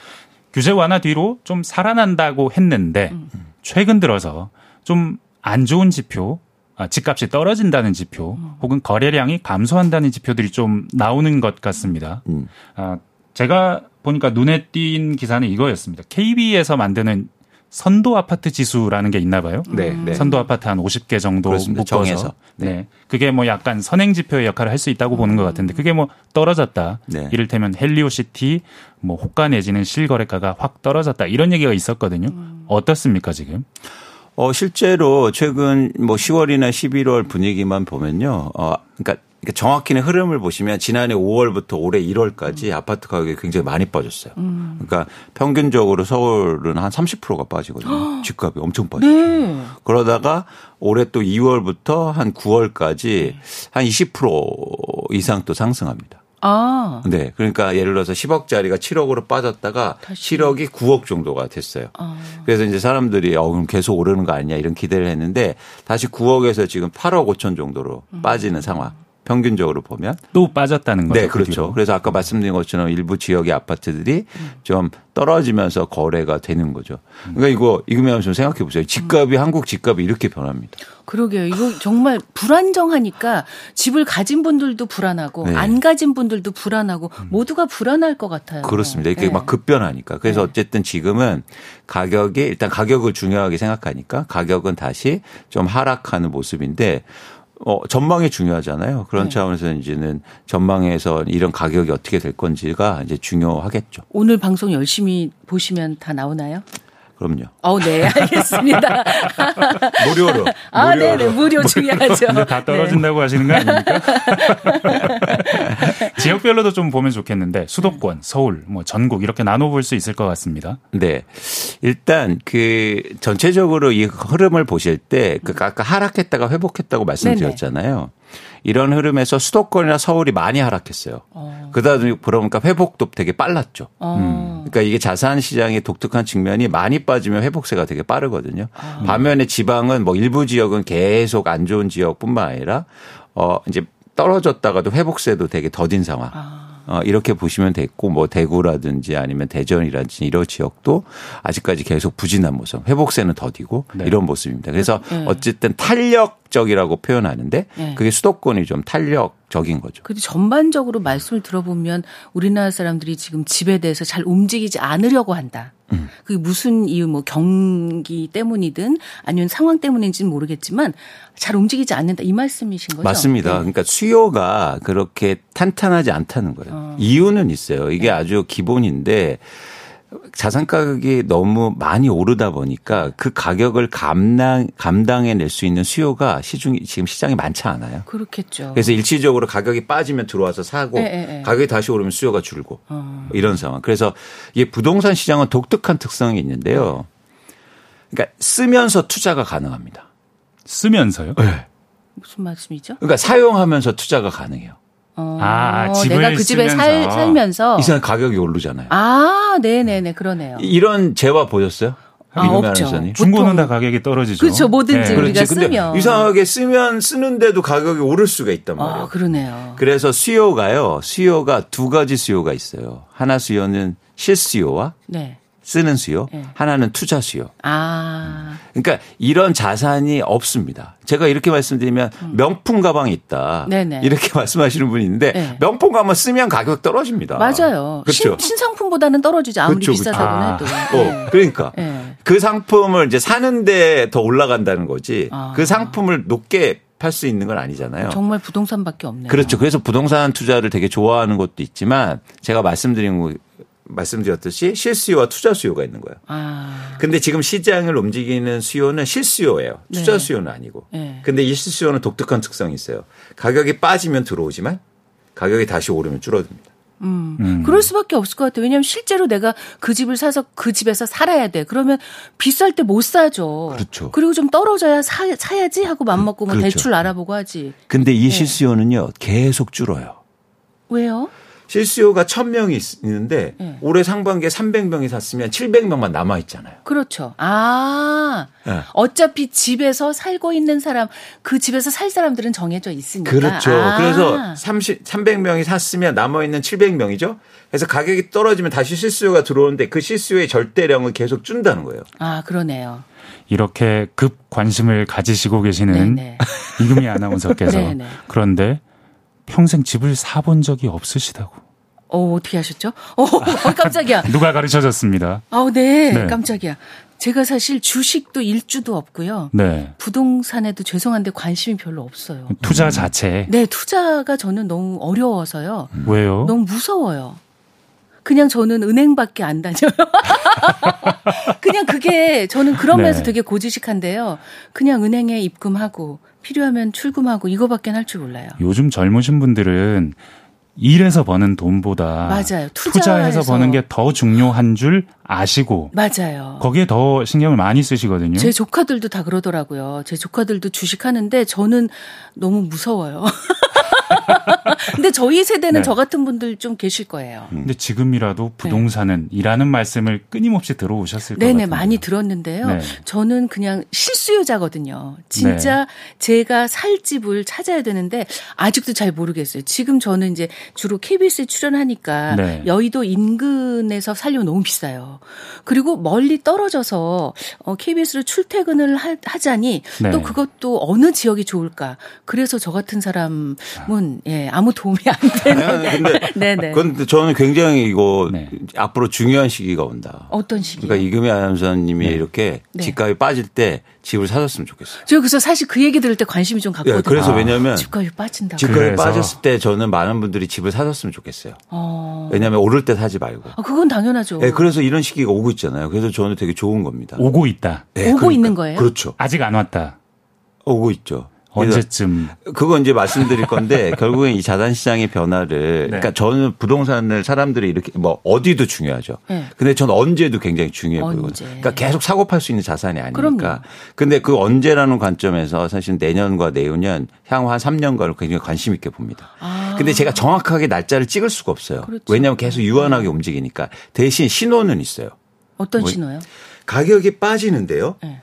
Speaker 2: 규제 완화 뒤로 좀 살아난다고 했는데
Speaker 4: 음.
Speaker 2: 최근 들어서 좀 안 좋은 지표 아, 집값이 떨어진다는 지표
Speaker 4: 음.
Speaker 2: 혹은 거래량이 감소한다는 지표들이 좀 나오는 것 같습니다.
Speaker 3: 음.
Speaker 2: 아, 제가 보니까 눈에 띈 기사는 이거였습니다. KB에서 만드는 선도 아파트 지수라는 게 있나 봐요.
Speaker 3: 네, 네.
Speaker 2: 선도 아파트 한 50개 정도
Speaker 3: 그렇습니다.
Speaker 2: 묶어서
Speaker 3: 정해서.
Speaker 2: 네. 그게 뭐 약간 선행 지표의 역할을 할 수 있다고 보는 것 같은데 그게 뭐 떨어졌다.
Speaker 3: 음. 네.
Speaker 2: 이를테면 헬리오시티 뭐 호가 내지는 실거래가가 확 떨어졌다. 이런 얘기가 있었거든요.
Speaker 3: 음.
Speaker 2: 어떻습니까, 지금?
Speaker 3: 어, 실제로 최근 뭐 10월이나 11월 분위기만 보면요. 어, 그러니까 그러니까 정확히는 흐름을 보시면 지난해 5월부터 올해 1월까지 아파트 가격이 굉장히 많이 빠졌어요. 그러니까 평균적으로 서울은 한 30%가 빠지거든요. 집값이 엄청 빠졌죠. 그러다가 올해 또 2월부터 한 9월까지 한 20% 이상 또 상승합니다.
Speaker 4: 아,
Speaker 3: 네. 그러니까 예를 들어서 10억짜리가 7억으로 빠졌다가 7억이 9억 정도가 됐어요. 그래서 이제 사람들이 어, 그럼 계속 오르는 거 아니냐 이런 기대를 했는데 다시 9억에서 지금 8억 5천 정도로 빠지는 상황. 평균적으로 보면.
Speaker 2: 또 빠졌다는 거죠.
Speaker 3: 네, 그렇죠.
Speaker 2: 그 뒤로.
Speaker 3: 그래서 아까 말씀드린 것처럼 일부 지역의 아파트들이 좀 떨어지면서 거래가 되는 거죠. 그러니까 이거 이금희 좀 생각해 보세요. 집값이 한국 집값이 이렇게 변합니다.
Speaker 4: 그러게요. 이거 정말 불안정하니까 집을 가진 분들도 불안하고
Speaker 3: 네. 음.
Speaker 4: 안 가진 분들도 불안하고 모두가 불안할 것 같아요.
Speaker 3: 그렇습니다. 이게
Speaker 4: 네.
Speaker 3: 막 급변하니까. 그래서 어쨌든 지금은 가격이 일단 가격을 중요하게 생각하니까 가격은 다시 좀 하락하는 모습인데 어, 전망이 중요하잖아요. 그런 차원에서 이제는 전망에서 이런 가격이 어떻게 될 건지가 이제 중요하겠죠.
Speaker 4: 오늘 방송 열심히 보시면 다 나오나요?
Speaker 3: 그럼요.
Speaker 4: 어, 네, 알겠습니다.
Speaker 3: 무료로.
Speaker 4: 아, 네, 네, 무료 중요하죠. 네.
Speaker 2: 근데 다 떨어진다고 하시는 거 아닙니까? 지역별로도 좀 보면 좋겠는데 수도권, 서울, 뭐 전국 이렇게 나눠 볼 수 있을 것 같습니다.
Speaker 3: 네. 일단 그 전체적으로 이 흐름을 보실 때 그 아까 하락했다가 회복했다고 말씀드렸잖아요. 이런 흐름에서 수도권이나 서울이 많이 하락했어요. 그러다 보니까 회복도 되게 빨랐죠.
Speaker 4: 어,
Speaker 3: 그러니까 이게 자산 시장의 독특한 측면이 많이 빠지면 회복세가 되게 빠르거든요. 반면에 지방은 뭐 일부 지역은 계속 안 좋은 지역뿐만 아니라 어 이제 떨어졌다가도 회복세도 되게 더딘 상황. 어 이렇게 보시면 됐고 뭐 대구라든지 아니면 대전이라든지 이런 지역도 아직까지 계속 부진한 모습. 회복세는 더디고 이런 모습입니다. 그래서 어쨌든 탄력적이라고 표현하는데
Speaker 4: 네.
Speaker 3: 그게 수도권이 좀 탄력적인 거죠.
Speaker 4: 그래도 전반적으로 말씀을 들어보면 우리나라 사람들이 지금 집에 대해서 잘 움직이지 않으려고 한다.
Speaker 3: 음.
Speaker 4: 그게 무슨 이유, 뭐 경기 때문이든 아니면 상황 때문인지는 모르겠지만 잘 움직이지 않는다 이 말씀이신 거죠?
Speaker 3: 맞습니다.
Speaker 4: 네.
Speaker 3: 그러니까 수요가 그렇게 탄탄하지 않다는 거예요.
Speaker 4: 어.
Speaker 3: 이유는 있어요.
Speaker 4: 네.
Speaker 3: 이게 아주 기본인데 자산 가격이 너무 많이 오르다 보니까 그 가격을 감당 감당해낼 수 있는 수요가 시중 지금 시장에 많지 않아요.
Speaker 4: 그렇겠죠.
Speaker 3: 그래서 일시적으로 가격이 빠지면 들어와서 사고
Speaker 4: 어. 예, 예, 어. 예.
Speaker 3: 가격이 다시 오르면 수요가 줄고 이런 상황. 그래서 이게 부동산 시장은 독특한 특성이 있는데요. 그러니까 쓰면서 투자가 가능합니다.
Speaker 2: 쓰면서요.
Speaker 4: 무슨 말씀이죠?
Speaker 3: 그러니까 사용하면서 투자가 가능해요.
Speaker 4: 어,
Speaker 2: 아, 집을
Speaker 4: 내가 그 집에 살,
Speaker 2: 쓰면서.
Speaker 4: 살면서
Speaker 3: 이상 가격이 오르잖아요.
Speaker 4: 어. 아, 네, 네, 네, 그러네요.
Speaker 3: 이런 재화 보셨어요?
Speaker 4: 아,
Speaker 3: 이금희
Speaker 4: 없죠.
Speaker 3: 아나운서님?
Speaker 2: 중고는
Speaker 4: 보통-
Speaker 2: 다 가격이 떨어지죠. 네.
Speaker 4: 그렇죠, 뭐든지. 우리가
Speaker 3: 그렇지. 근데
Speaker 4: 쓰면.
Speaker 3: 이상하게 쓰면 쓰는데도 가격이 오를 수가 있단 말이에요.
Speaker 4: 아, 그러네요.
Speaker 3: 그래서 E 수요가요. 수요가 두 가지 수요가 있어요. 하나 수요는 실수요와
Speaker 4: 네.
Speaker 3: 쓰는 수요,
Speaker 4: 네.
Speaker 3: 하나는 투자 수요.
Speaker 4: 아,
Speaker 3: 그러니까 이런 자산이 없습니다. 제가 이렇게 말씀드리면 명품 가방이 있다.
Speaker 4: 음. 네네.
Speaker 3: 이렇게 말씀하시는 분이 있는데
Speaker 4: 네.
Speaker 3: 명품 가방 쓰면 가격 떨어집니다.
Speaker 4: 맞아요.
Speaker 3: 그렇죠.
Speaker 4: 신, 상품보다는 떨어지지 아무리
Speaker 3: 그렇죠, 그렇죠.
Speaker 4: 비싸다고는
Speaker 2: 아.
Speaker 4: 해도.
Speaker 3: 어,
Speaker 4: 네.
Speaker 3: 그러니까
Speaker 4: 네.
Speaker 3: 그 상품을 이제 사는데 더 올라간다는 거지.
Speaker 4: 아.
Speaker 3: 그 상품을 높게 팔 수 있는 건 아니잖아요.
Speaker 4: 정말 부동산밖에 없네요.
Speaker 3: 예. 그렇죠. 그래서 부동산 투자를 되게 좋아하는 것도 있지만 제가 말씀드린 거- 말씀드렸듯이 실수요와 투자 수요가 있는 거예요.
Speaker 4: 아,
Speaker 3: 근데 지금 시장을 움직이는 수요는 실수요예요. 투자
Speaker 4: 네.
Speaker 3: 수요는 아니고.
Speaker 4: 네.
Speaker 3: 근데 이 실수요는 독특한 특성이 있어요. 가격이 빠지면 들어오지만 가격이 다시 오르면 줄어듭니다.
Speaker 4: 음. 그럴 수밖에 없을 것 같아요. 왜냐하면 실제로 내가 그 집을 사서 그 집에서 살아야 돼. 그러면 비쌀 때 못 사죠.
Speaker 3: 그렇죠.
Speaker 4: 리고좀 떨어져야 사, 야지 하고 맘먹고 뭐
Speaker 3: 그렇죠.
Speaker 4: 대출 알아보고 하지.
Speaker 3: 근데 이 실수요는요. 계속 줄어요.
Speaker 4: 왜요?
Speaker 3: 실수요가 1000명이 있는데
Speaker 4: 네.
Speaker 3: 올해 상반기에 300명이 샀으면 700명만 남아 있잖아요.
Speaker 4: 그렇죠. 아,
Speaker 3: 네.
Speaker 4: 어차피 집에서 살고 있는 사람, 그 집에서 살 사람들은 정해져 있으니까.
Speaker 3: 그렇죠.
Speaker 4: 아.
Speaker 3: 그래서 30, 300명이 샀으면 남아있는 700명이죠. 그래서 가격이 떨어지면 다시 실수요가 들어오는데 그 실수요의 절대량을 계속 준다는 거예요.
Speaker 4: 아, 그러네요.
Speaker 2: 이렇게 급 관심을 가지시고 계시는
Speaker 4: 네네.
Speaker 2: 이금희 아나운서께서
Speaker 4: 네네.
Speaker 2: 그런데 평생 집을 사본 적이 없으시다고
Speaker 4: 어, 어떻게 하셨죠? 어, 깜짝이야.
Speaker 2: 누가 가르쳐줬습니다.
Speaker 4: 아우, 네.
Speaker 2: 네.
Speaker 4: 깜짝이야. 제가 사실 주식도 일주도 없고요.
Speaker 2: 네.
Speaker 4: 부동산에도 죄송한데 관심이 별로 없어요.
Speaker 2: 투자 자체
Speaker 4: 네, 투자가 저는 너무 어려워서요.
Speaker 2: 왜요?
Speaker 4: 너무 무서워요. 그냥 저는 은행밖에 안 다녀요. 그냥 그게 저는 그러면서
Speaker 2: 네.
Speaker 4: 되게 고지식한데요. 그냥 은행에 입금하고 필요하면 출금하고 이거밖에 할 줄 몰라요.
Speaker 2: 요즘 젊으신 분들은 일해서 버는 돈보다
Speaker 4: 맞아요.
Speaker 2: 투자해서
Speaker 4: 투자해서
Speaker 2: 버는 게 더 중요한 줄 아시고
Speaker 4: 맞아요.
Speaker 2: 거기에 더 신경을 많이 쓰시거든요.
Speaker 4: 제 조카들도 다 그러더라고요. 제 조카들도 주식하는데 저는 너무 무서워요. 근데 저희 세대는
Speaker 2: 네.
Speaker 4: 저 같은 분들 좀 계실 거예요.
Speaker 2: 근데 지금이라도 부동산은 이라는 말씀을 끊임없이 들어오셨을 거예요.
Speaker 4: 네. 네네 많이 들었는데요.
Speaker 2: 네.
Speaker 4: 저는 그냥 실수요자거든요.
Speaker 3: 네.
Speaker 4: 진짜 제가 살 집을 찾아야 되는데 아직도 잘 모르겠어요. 지금 저는 이제 주로 KBS에 출연하니까
Speaker 2: 네.
Speaker 4: 여의도 인근에서 살려면 너무 비싸요. 그리고 멀리 떨어져서 어, KBS로 출퇴근을 하, 하자니
Speaker 2: 네.
Speaker 4: 또 그것도 어느 지역이 좋을까. 그래서 저 같은 사람은 예 아무 도움이 안 되는.
Speaker 3: 근데
Speaker 4: 네, 네네.
Speaker 3: 그건 저는 굉장히 이거
Speaker 2: 네.
Speaker 3: 앞으로 중요한 시기가 온다.
Speaker 4: 어떤 시기요?
Speaker 3: 그러니까 이금희 아나운서님이 이렇게
Speaker 4: 네.
Speaker 3: 집값이 빠질 때 집을 사셨으면 좋겠어요.
Speaker 4: 저 그래서 사실 그 얘기 들을 때 관심이 좀 갔거든요.
Speaker 3: 예, 그래서 왜냐면
Speaker 4: 집값이 빠진다고.
Speaker 3: 집값이
Speaker 2: 그래서.
Speaker 3: 빠졌을 때 저는 많은 분들이 집을 사셨으면 좋겠어요.
Speaker 4: 어.
Speaker 3: 왜냐하면 오를 때 사지 말고.
Speaker 4: 아, 그건 당연하죠.
Speaker 3: 예, 그래서 이런 시기가 오고 있잖아요. 그래서 저는 되게 좋은 겁니다.
Speaker 2: 오고 있다.
Speaker 3: 예,
Speaker 4: 오고 있는 거예요?
Speaker 3: 그렇죠.
Speaker 2: 아직 안 왔다.
Speaker 3: 오고 있죠. 그래서
Speaker 2: 언제쯤
Speaker 3: 그건 이제 말씀드릴 건데 결국엔 이 자산 시장의
Speaker 4: 네.
Speaker 3: 변화를 그러니까 저는 부동산을 사람들이 이렇게 뭐 어디도 중요하죠.
Speaker 4: 네.
Speaker 3: 근데 전 언제도 굉장히 중요해
Speaker 4: 언제.
Speaker 3: 보이거든요. 그러니까 계속 사고 팔 수 있는 자산이
Speaker 4: 그럼요.
Speaker 3: 아니니까. 근데 그 언제라는 관점에서 사실 내년과 내후년 향후 한 3년간을 굉장히 관심 있게 봅니다.
Speaker 4: 아.
Speaker 3: 근데 제가 정확하게 날짜를 찍을 수가 없어요.
Speaker 4: 그렇죠.
Speaker 3: 왜냐하면 계속 유한하게 움직이니까 대신 신호는 있어요.
Speaker 4: 어떤
Speaker 3: 뭐-
Speaker 4: 신호요?
Speaker 3: 가격이 빠지는데요.
Speaker 4: 네.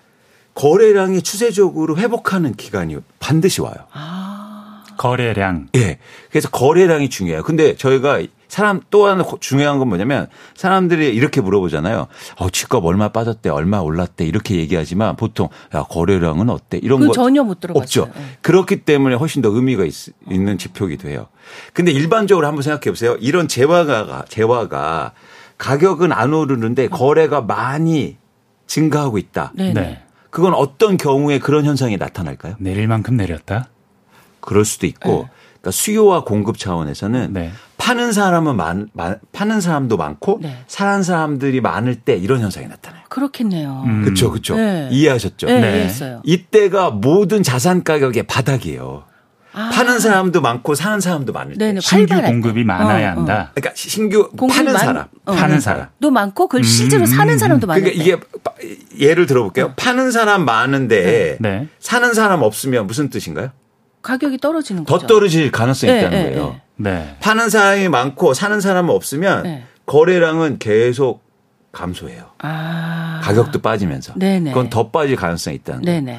Speaker 3: 거래량이 추세적으로 회복하는 기간이 반드시 와요.
Speaker 4: 아.
Speaker 2: 거래량
Speaker 3: 예. 그래서 거래량이 중요해요. 근데 저희가 사람 또 하나 고- 중요한 건 뭐냐면 사람들이 이렇게 물어보잖아요. 어, 집값 얼마 빠졌대, 얼마 올랐대 이렇게 얘기하지만 보통 야, 거래량은 어때? 이런 거
Speaker 4: 그건 전혀 못 들어봤어요.
Speaker 3: 없죠.
Speaker 4: 예.
Speaker 3: 그렇기 때문에 훨씬 더 의미가 있, 는 지표기도 해요. 근데 일반적으로 한번 생각해 보세요. 이런 재화가 재화가 가격은 안 오르는데 거래가 많이 증가하고 있다.
Speaker 4: 네.
Speaker 2: 네.
Speaker 3: 그건 어떤 경우에 그런 현상이 나타날까요?
Speaker 2: 내릴 만큼 내렸다.
Speaker 3: 그럴 수도 있고
Speaker 4: 네.
Speaker 3: 그러니까 수요와 공급 차원에서는
Speaker 2: 네.
Speaker 3: 파는 사람은 많, 많- 파는 사람도 많고
Speaker 4: 네.
Speaker 3: 사는 사람들이 많을 때 이런 현상이 나타나요.
Speaker 4: 그렇겠네요.
Speaker 2: 음.
Speaker 3: 그렇죠, 그렇죠.
Speaker 4: 네.
Speaker 3: 이해하셨죠?
Speaker 4: 네,
Speaker 2: 네.
Speaker 4: 이해했어요.
Speaker 3: 이때가 모든 자산 가격의 바닥이에요.
Speaker 4: 아.
Speaker 3: 파는 사람도 많고 사는 사람도 많을 때.
Speaker 4: 네네.
Speaker 2: 신규
Speaker 4: 활발할 때.
Speaker 2: 공급이 많아야
Speaker 4: 어, 어.
Speaker 2: 한다.
Speaker 3: 그러니까 신규
Speaker 4: 공급이
Speaker 3: 파는
Speaker 4: 많-
Speaker 3: 사람,
Speaker 4: 어.
Speaker 2: 파는 사람.
Speaker 4: 또 많고 그걸
Speaker 2: 음,
Speaker 4: 실제로 사는 사람도 많아요.
Speaker 3: 그러니까 이게 바- 예를 들어볼게요.
Speaker 4: 네.
Speaker 3: 파는 사람 많은데
Speaker 2: 네.
Speaker 3: 사는 사람 없으면 무슨 뜻인가요?
Speaker 4: 가격이 떨어지는
Speaker 3: 더
Speaker 4: 거죠.
Speaker 3: 떨어질 가능성이
Speaker 4: 네,
Speaker 3: 있다는
Speaker 4: 네,
Speaker 3: 거예요.
Speaker 4: 네.
Speaker 2: 네.
Speaker 3: 파는 사람이 많고 사는 사람은 없으면
Speaker 4: 네.
Speaker 3: 거래량은 계속 감소해요.
Speaker 4: 아.
Speaker 3: 가격도 빠지면서.
Speaker 4: 네네.
Speaker 3: 그건 더 빠질 가능성이 있다는 거예요.
Speaker 4: 네네.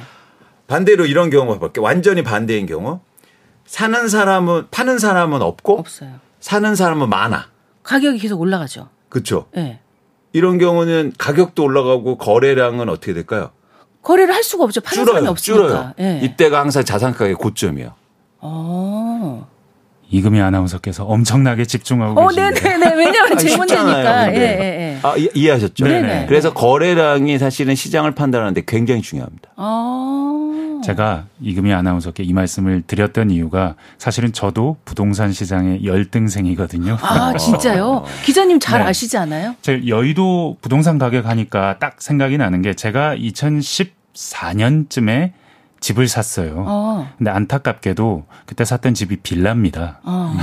Speaker 3: 반대로 이런 경우가 볼게요. 완전히 반대인 경우. 사는 사람은 파는 사람은 없고
Speaker 4: 없어요.
Speaker 3: 사는 사람은 많아.
Speaker 4: 가격이 계속 올라가죠.
Speaker 3: 그렇죠?
Speaker 4: 예.
Speaker 3: 이런 경우는 가격도 올라가고 거래량은 어떻게 될까요?
Speaker 4: 거래를 할 수가 없죠. 파는
Speaker 3: 줄어요.
Speaker 4: 사람이
Speaker 3: 줄어요.
Speaker 4: 없으니까. 예.
Speaker 3: 이때가 항상 자산 가격의 고점이에요. 아,
Speaker 4: 어.
Speaker 2: 이금희 아나운서께서 엄청나게 집중하고
Speaker 4: 어,
Speaker 2: 계신데.
Speaker 4: 네네네. 왜냐면 제
Speaker 3: 쉽잖아요,
Speaker 4: 문제니까. 예,
Speaker 3: 근데.
Speaker 4: 예, 예.
Speaker 3: 아, 이, 이해하셨죠?
Speaker 4: 네네.
Speaker 3: 그래서 거래량이 사실은 시장을 판단하는데 굉장히 중요합니다.
Speaker 4: 어.
Speaker 2: 제가 이금희 아나운서께 이 말씀을 드렸던 이유가 사실은 저도 부동산 시장의 열등생이거든요.
Speaker 4: 아,
Speaker 3: 어.
Speaker 4: 진짜요? 기자님 잘
Speaker 2: 네.
Speaker 4: 아시지 않아요?
Speaker 2: 제 여의도 부동산 가격 하니까 딱 생각이 나는 게 제가 2014년쯤에 집을 샀어요.
Speaker 4: 어.
Speaker 2: 근데 안타깝게도 그때 샀던 집이 빌라입니다.
Speaker 4: 어.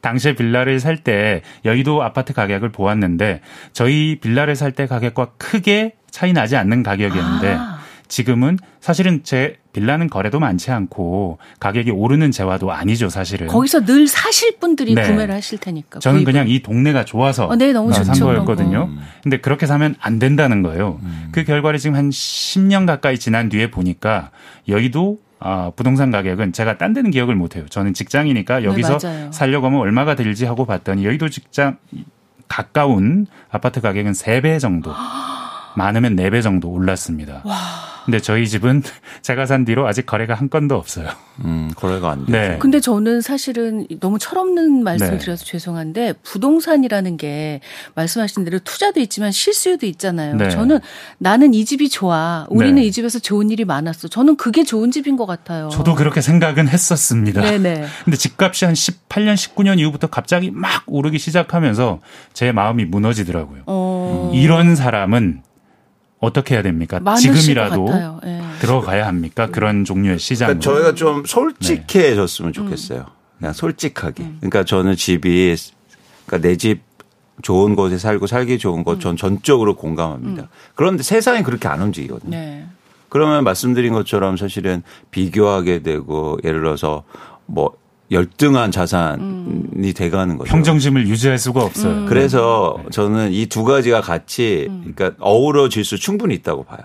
Speaker 2: 당시에 빌라를 살 때 여의도 아파트 가격을 보았는데 저희 빌라를 살 때 가격과 크게 차이 나지 않는 가격이었는데
Speaker 4: 아.
Speaker 2: 지금은 사실은 제 빌라는 거래도 많지 않고 가격이 오르는 재화도 아니죠, 사실은.
Speaker 4: 거기서 늘 사실 분들이
Speaker 2: 네.
Speaker 4: 구매를 하실 테니까.
Speaker 2: 저는
Speaker 4: 어, 구입을.
Speaker 2: 그냥 이 동네가 좋아서
Speaker 4: 어, 네, 너무
Speaker 2: 산
Speaker 4: 좋죠, 어. 그런
Speaker 2: 거였거든요. 근데 그렇게 사면 안 된다는 거예요. 그 결과를 지금 한 10년 가까이 지난 뒤에 보니까 여의도 아, 부동산 가격은 제가 딴 데는 기억을 못 해요. 저는 직장이니까 여기서
Speaker 4: 네, 맞아요.
Speaker 2: 살려고 하면 얼마가 들지 하고 봤더니 여의도 직장 가까운 아파트 가격은 3배 정도 많으면 4배 정도 올랐습니다. 근데 저희 집은 제가 산 뒤로 아직 거래가 한 건도 없어요.
Speaker 3: 음, 거래가 안 돼.
Speaker 2: 네.
Speaker 4: 근데 저는 사실은 너무 철없는 말씀
Speaker 2: 네.
Speaker 4: 드려서 죄송한데 부동산이라는 게 말씀하신 대로 투자도 있지만 실수요도 있잖아요.
Speaker 2: 네.
Speaker 4: 저는 나는 이 집이 좋아. 우리는
Speaker 2: 네.
Speaker 4: 이 집에서 좋은 일이 많았어. 저는 그게 좋은 집인 것 같아요.
Speaker 2: 저도 그렇게 생각은 했었습니다.
Speaker 4: 네네.
Speaker 2: 근데 집값이 한 18년, 19년 이후부터 갑자기 막 오르기 시작하면서 제 마음이 무너지더라고요. 음.
Speaker 4: 어,
Speaker 2: 이런 사람은 어떻게 해야 됩니까?
Speaker 4: 많으실 것
Speaker 2: 지금이라도
Speaker 4: 같아요. 예.
Speaker 2: 들어가야 합니까? 그런 종류의 시장으로.
Speaker 3: 그러니까 저희가 좀 솔직해졌으면 좋겠어요. 그냥 솔직하게. 그러니까 저는 집이 그러니까 내 집 좋은 곳에 살고 살기 좋은 것 전 전적으로 공감합니다. 그런데 세상이 그렇게 안 움직이거든요.
Speaker 4: 네.
Speaker 3: 그러면 말씀드린 것처럼 사실은 비교하게 되고 예를 들어서 뭐 열등한 자산이 돼가는 거죠.
Speaker 2: 평정심을 유지할 수가 없어요.
Speaker 4: 음.
Speaker 3: 그래서 저는 이 두 가지가 같이 그러니까 어우러질 수 충분히 있다고 봐요.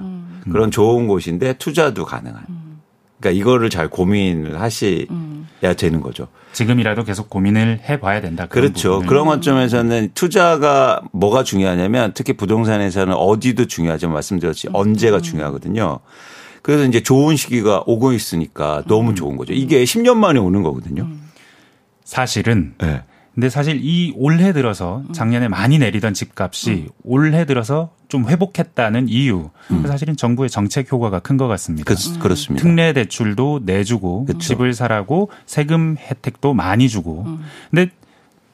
Speaker 3: 그런 좋은 곳인데 투자도 가능한. 그러니까 이거를 잘 고민을 하셔야 되는 거죠.
Speaker 2: 지금이라도 계속 고민을 해봐야 된다. 그런
Speaker 3: 그렇죠.
Speaker 2: 부분을.
Speaker 3: 그런 관점에서는 투자가 뭐가 중요하냐면 특히 부동산에서는 어디도 중요하지만 말씀드렸지 언제가 중요하거든요. 그래서 이제 좋은 시기가 오고 있으니까 너무 좋은 거죠. 이게 10년 만에 오는 거거든요.
Speaker 2: 사실은
Speaker 3: 네.
Speaker 2: 근데 사실 이 올해 들어서
Speaker 4: 음.
Speaker 2: 작년에 많이 내리던 집값이 올해 들어서 좀 회복했다는 이유. 사실은 정부의 정책 효과가 큰 것 같습니다.
Speaker 3: 음. 그, 그렇습니다.
Speaker 2: 특례 대출도 내주고 집을 사라고 세금 혜택도 많이 주고. 근데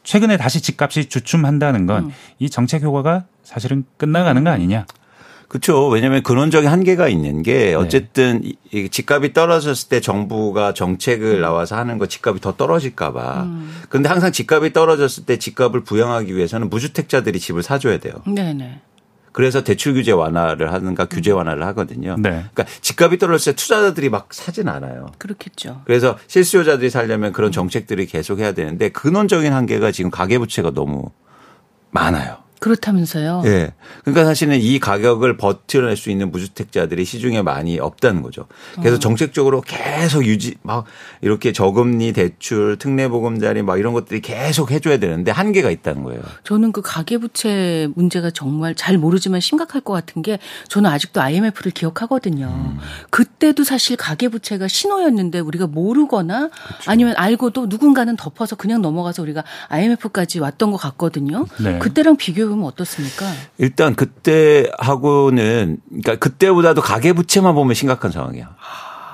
Speaker 2: 최근에 다시 집값이 주춤한다는 건 이 정책 효과가 사실은 끝나가는 거 아니냐.
Speaker 3: 그렇죠. 왜냐하면 근원적인 한계가 있는 게 어쨌든 이- 이 집값이 떨어졌을 때 정부가 정책을 나와서 하는 거 집값이 더 떨어질까봐. 그런데 항상 집값이 떨어졌을 때 집값을 부양하기 위해서는 무주택자들이 집을 사줘야 돼요.
Speaker 4: 네네.
Speaker 3: 그래서 대출 규제 완화를 하든가 규제 완화를 하거든요.
Speaker 2: 네.
Speaker 3: 그러니까 집값이 떨어졌을 때 투자자들이 막 사진 않아요.
Speaker 4: 그렇겠죠.
Speaker 3: 그래서 실수요자들이 살려면 그런 정책들이 계속 해야 되는데 근원적인 한계가 지금 가계부채가 너무 많아요.
Speaker 4: 그렇다면서요.
Speaker 3: 예. 그러니까 사실은 이 가격을 버텨낼 수 있는 무주택자들이 시중에 많이 없다는 거죠.
Speaker 4: 어.
Speaker 3: 그래서 정책적으로 계속 유지 막 이렇게 저금리 대출 특례 보금자리 막 이런 것들이 계속 해줘야 되는데 한계가 있다는 거예요.
Speaker 4: 저는 그 가계부채 문제가 정말 잘 모르지만 심각할 것 같은 게 저는 아직도 IMF를 기억하거든요.
Speaker 3: 음.
Speaker 4: 그때도 사실 가계부채가 신호였는데 우리가 모르거나
Speaker 3: 그렇죠.
Speaker 4: 아니면 알고도 누군가는 덮어서 그냥 넘어가서 우리가 IMF까지 왔던 것 같거든요.
Speaker 2: 네.
Speaker 4: 그때랑 비교해보면 어떻습니까?
Speaker 3: 일단 그때하고는 그러니까 그때보다도 가계부채만 보면 심각한 상황이야.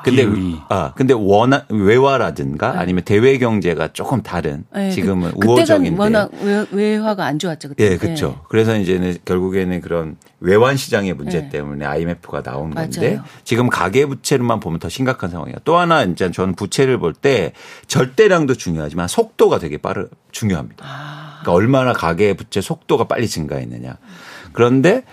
Speaker 3: 근데
Speaker 2: 비율이.
Speaker 3: 아 근데 원화 외화라든가 아니면 대외 경제가 조금 다른
Speaker 4: 예,
Speaker 3: 지금은
Speaker 4: 그,
Speaker 3: 우호적인데
Speaker 4: 그때가 워낙 외, 외화가 안 좋았죠. 그때.
Speaker 3: 예, 그렇죠. 그래서 이제는 결국에는 그런 외환 시장의 문제 때문에 IMF가 나온 건데
Speaker 4: 네. 맞아요.
Speaker 3: 지금 가계 부채로만 보면 더 심각한 상황이에요. 또 하나 이제 저는 부채를 볼 때 절대량도 중요하지만 속도가 되게 빠르 중요합니다.
Speaker 4: 아.
Speaker 3: 그러니까 얼마나 가계 부채 속도가 빨리 증가했느냐. 그런데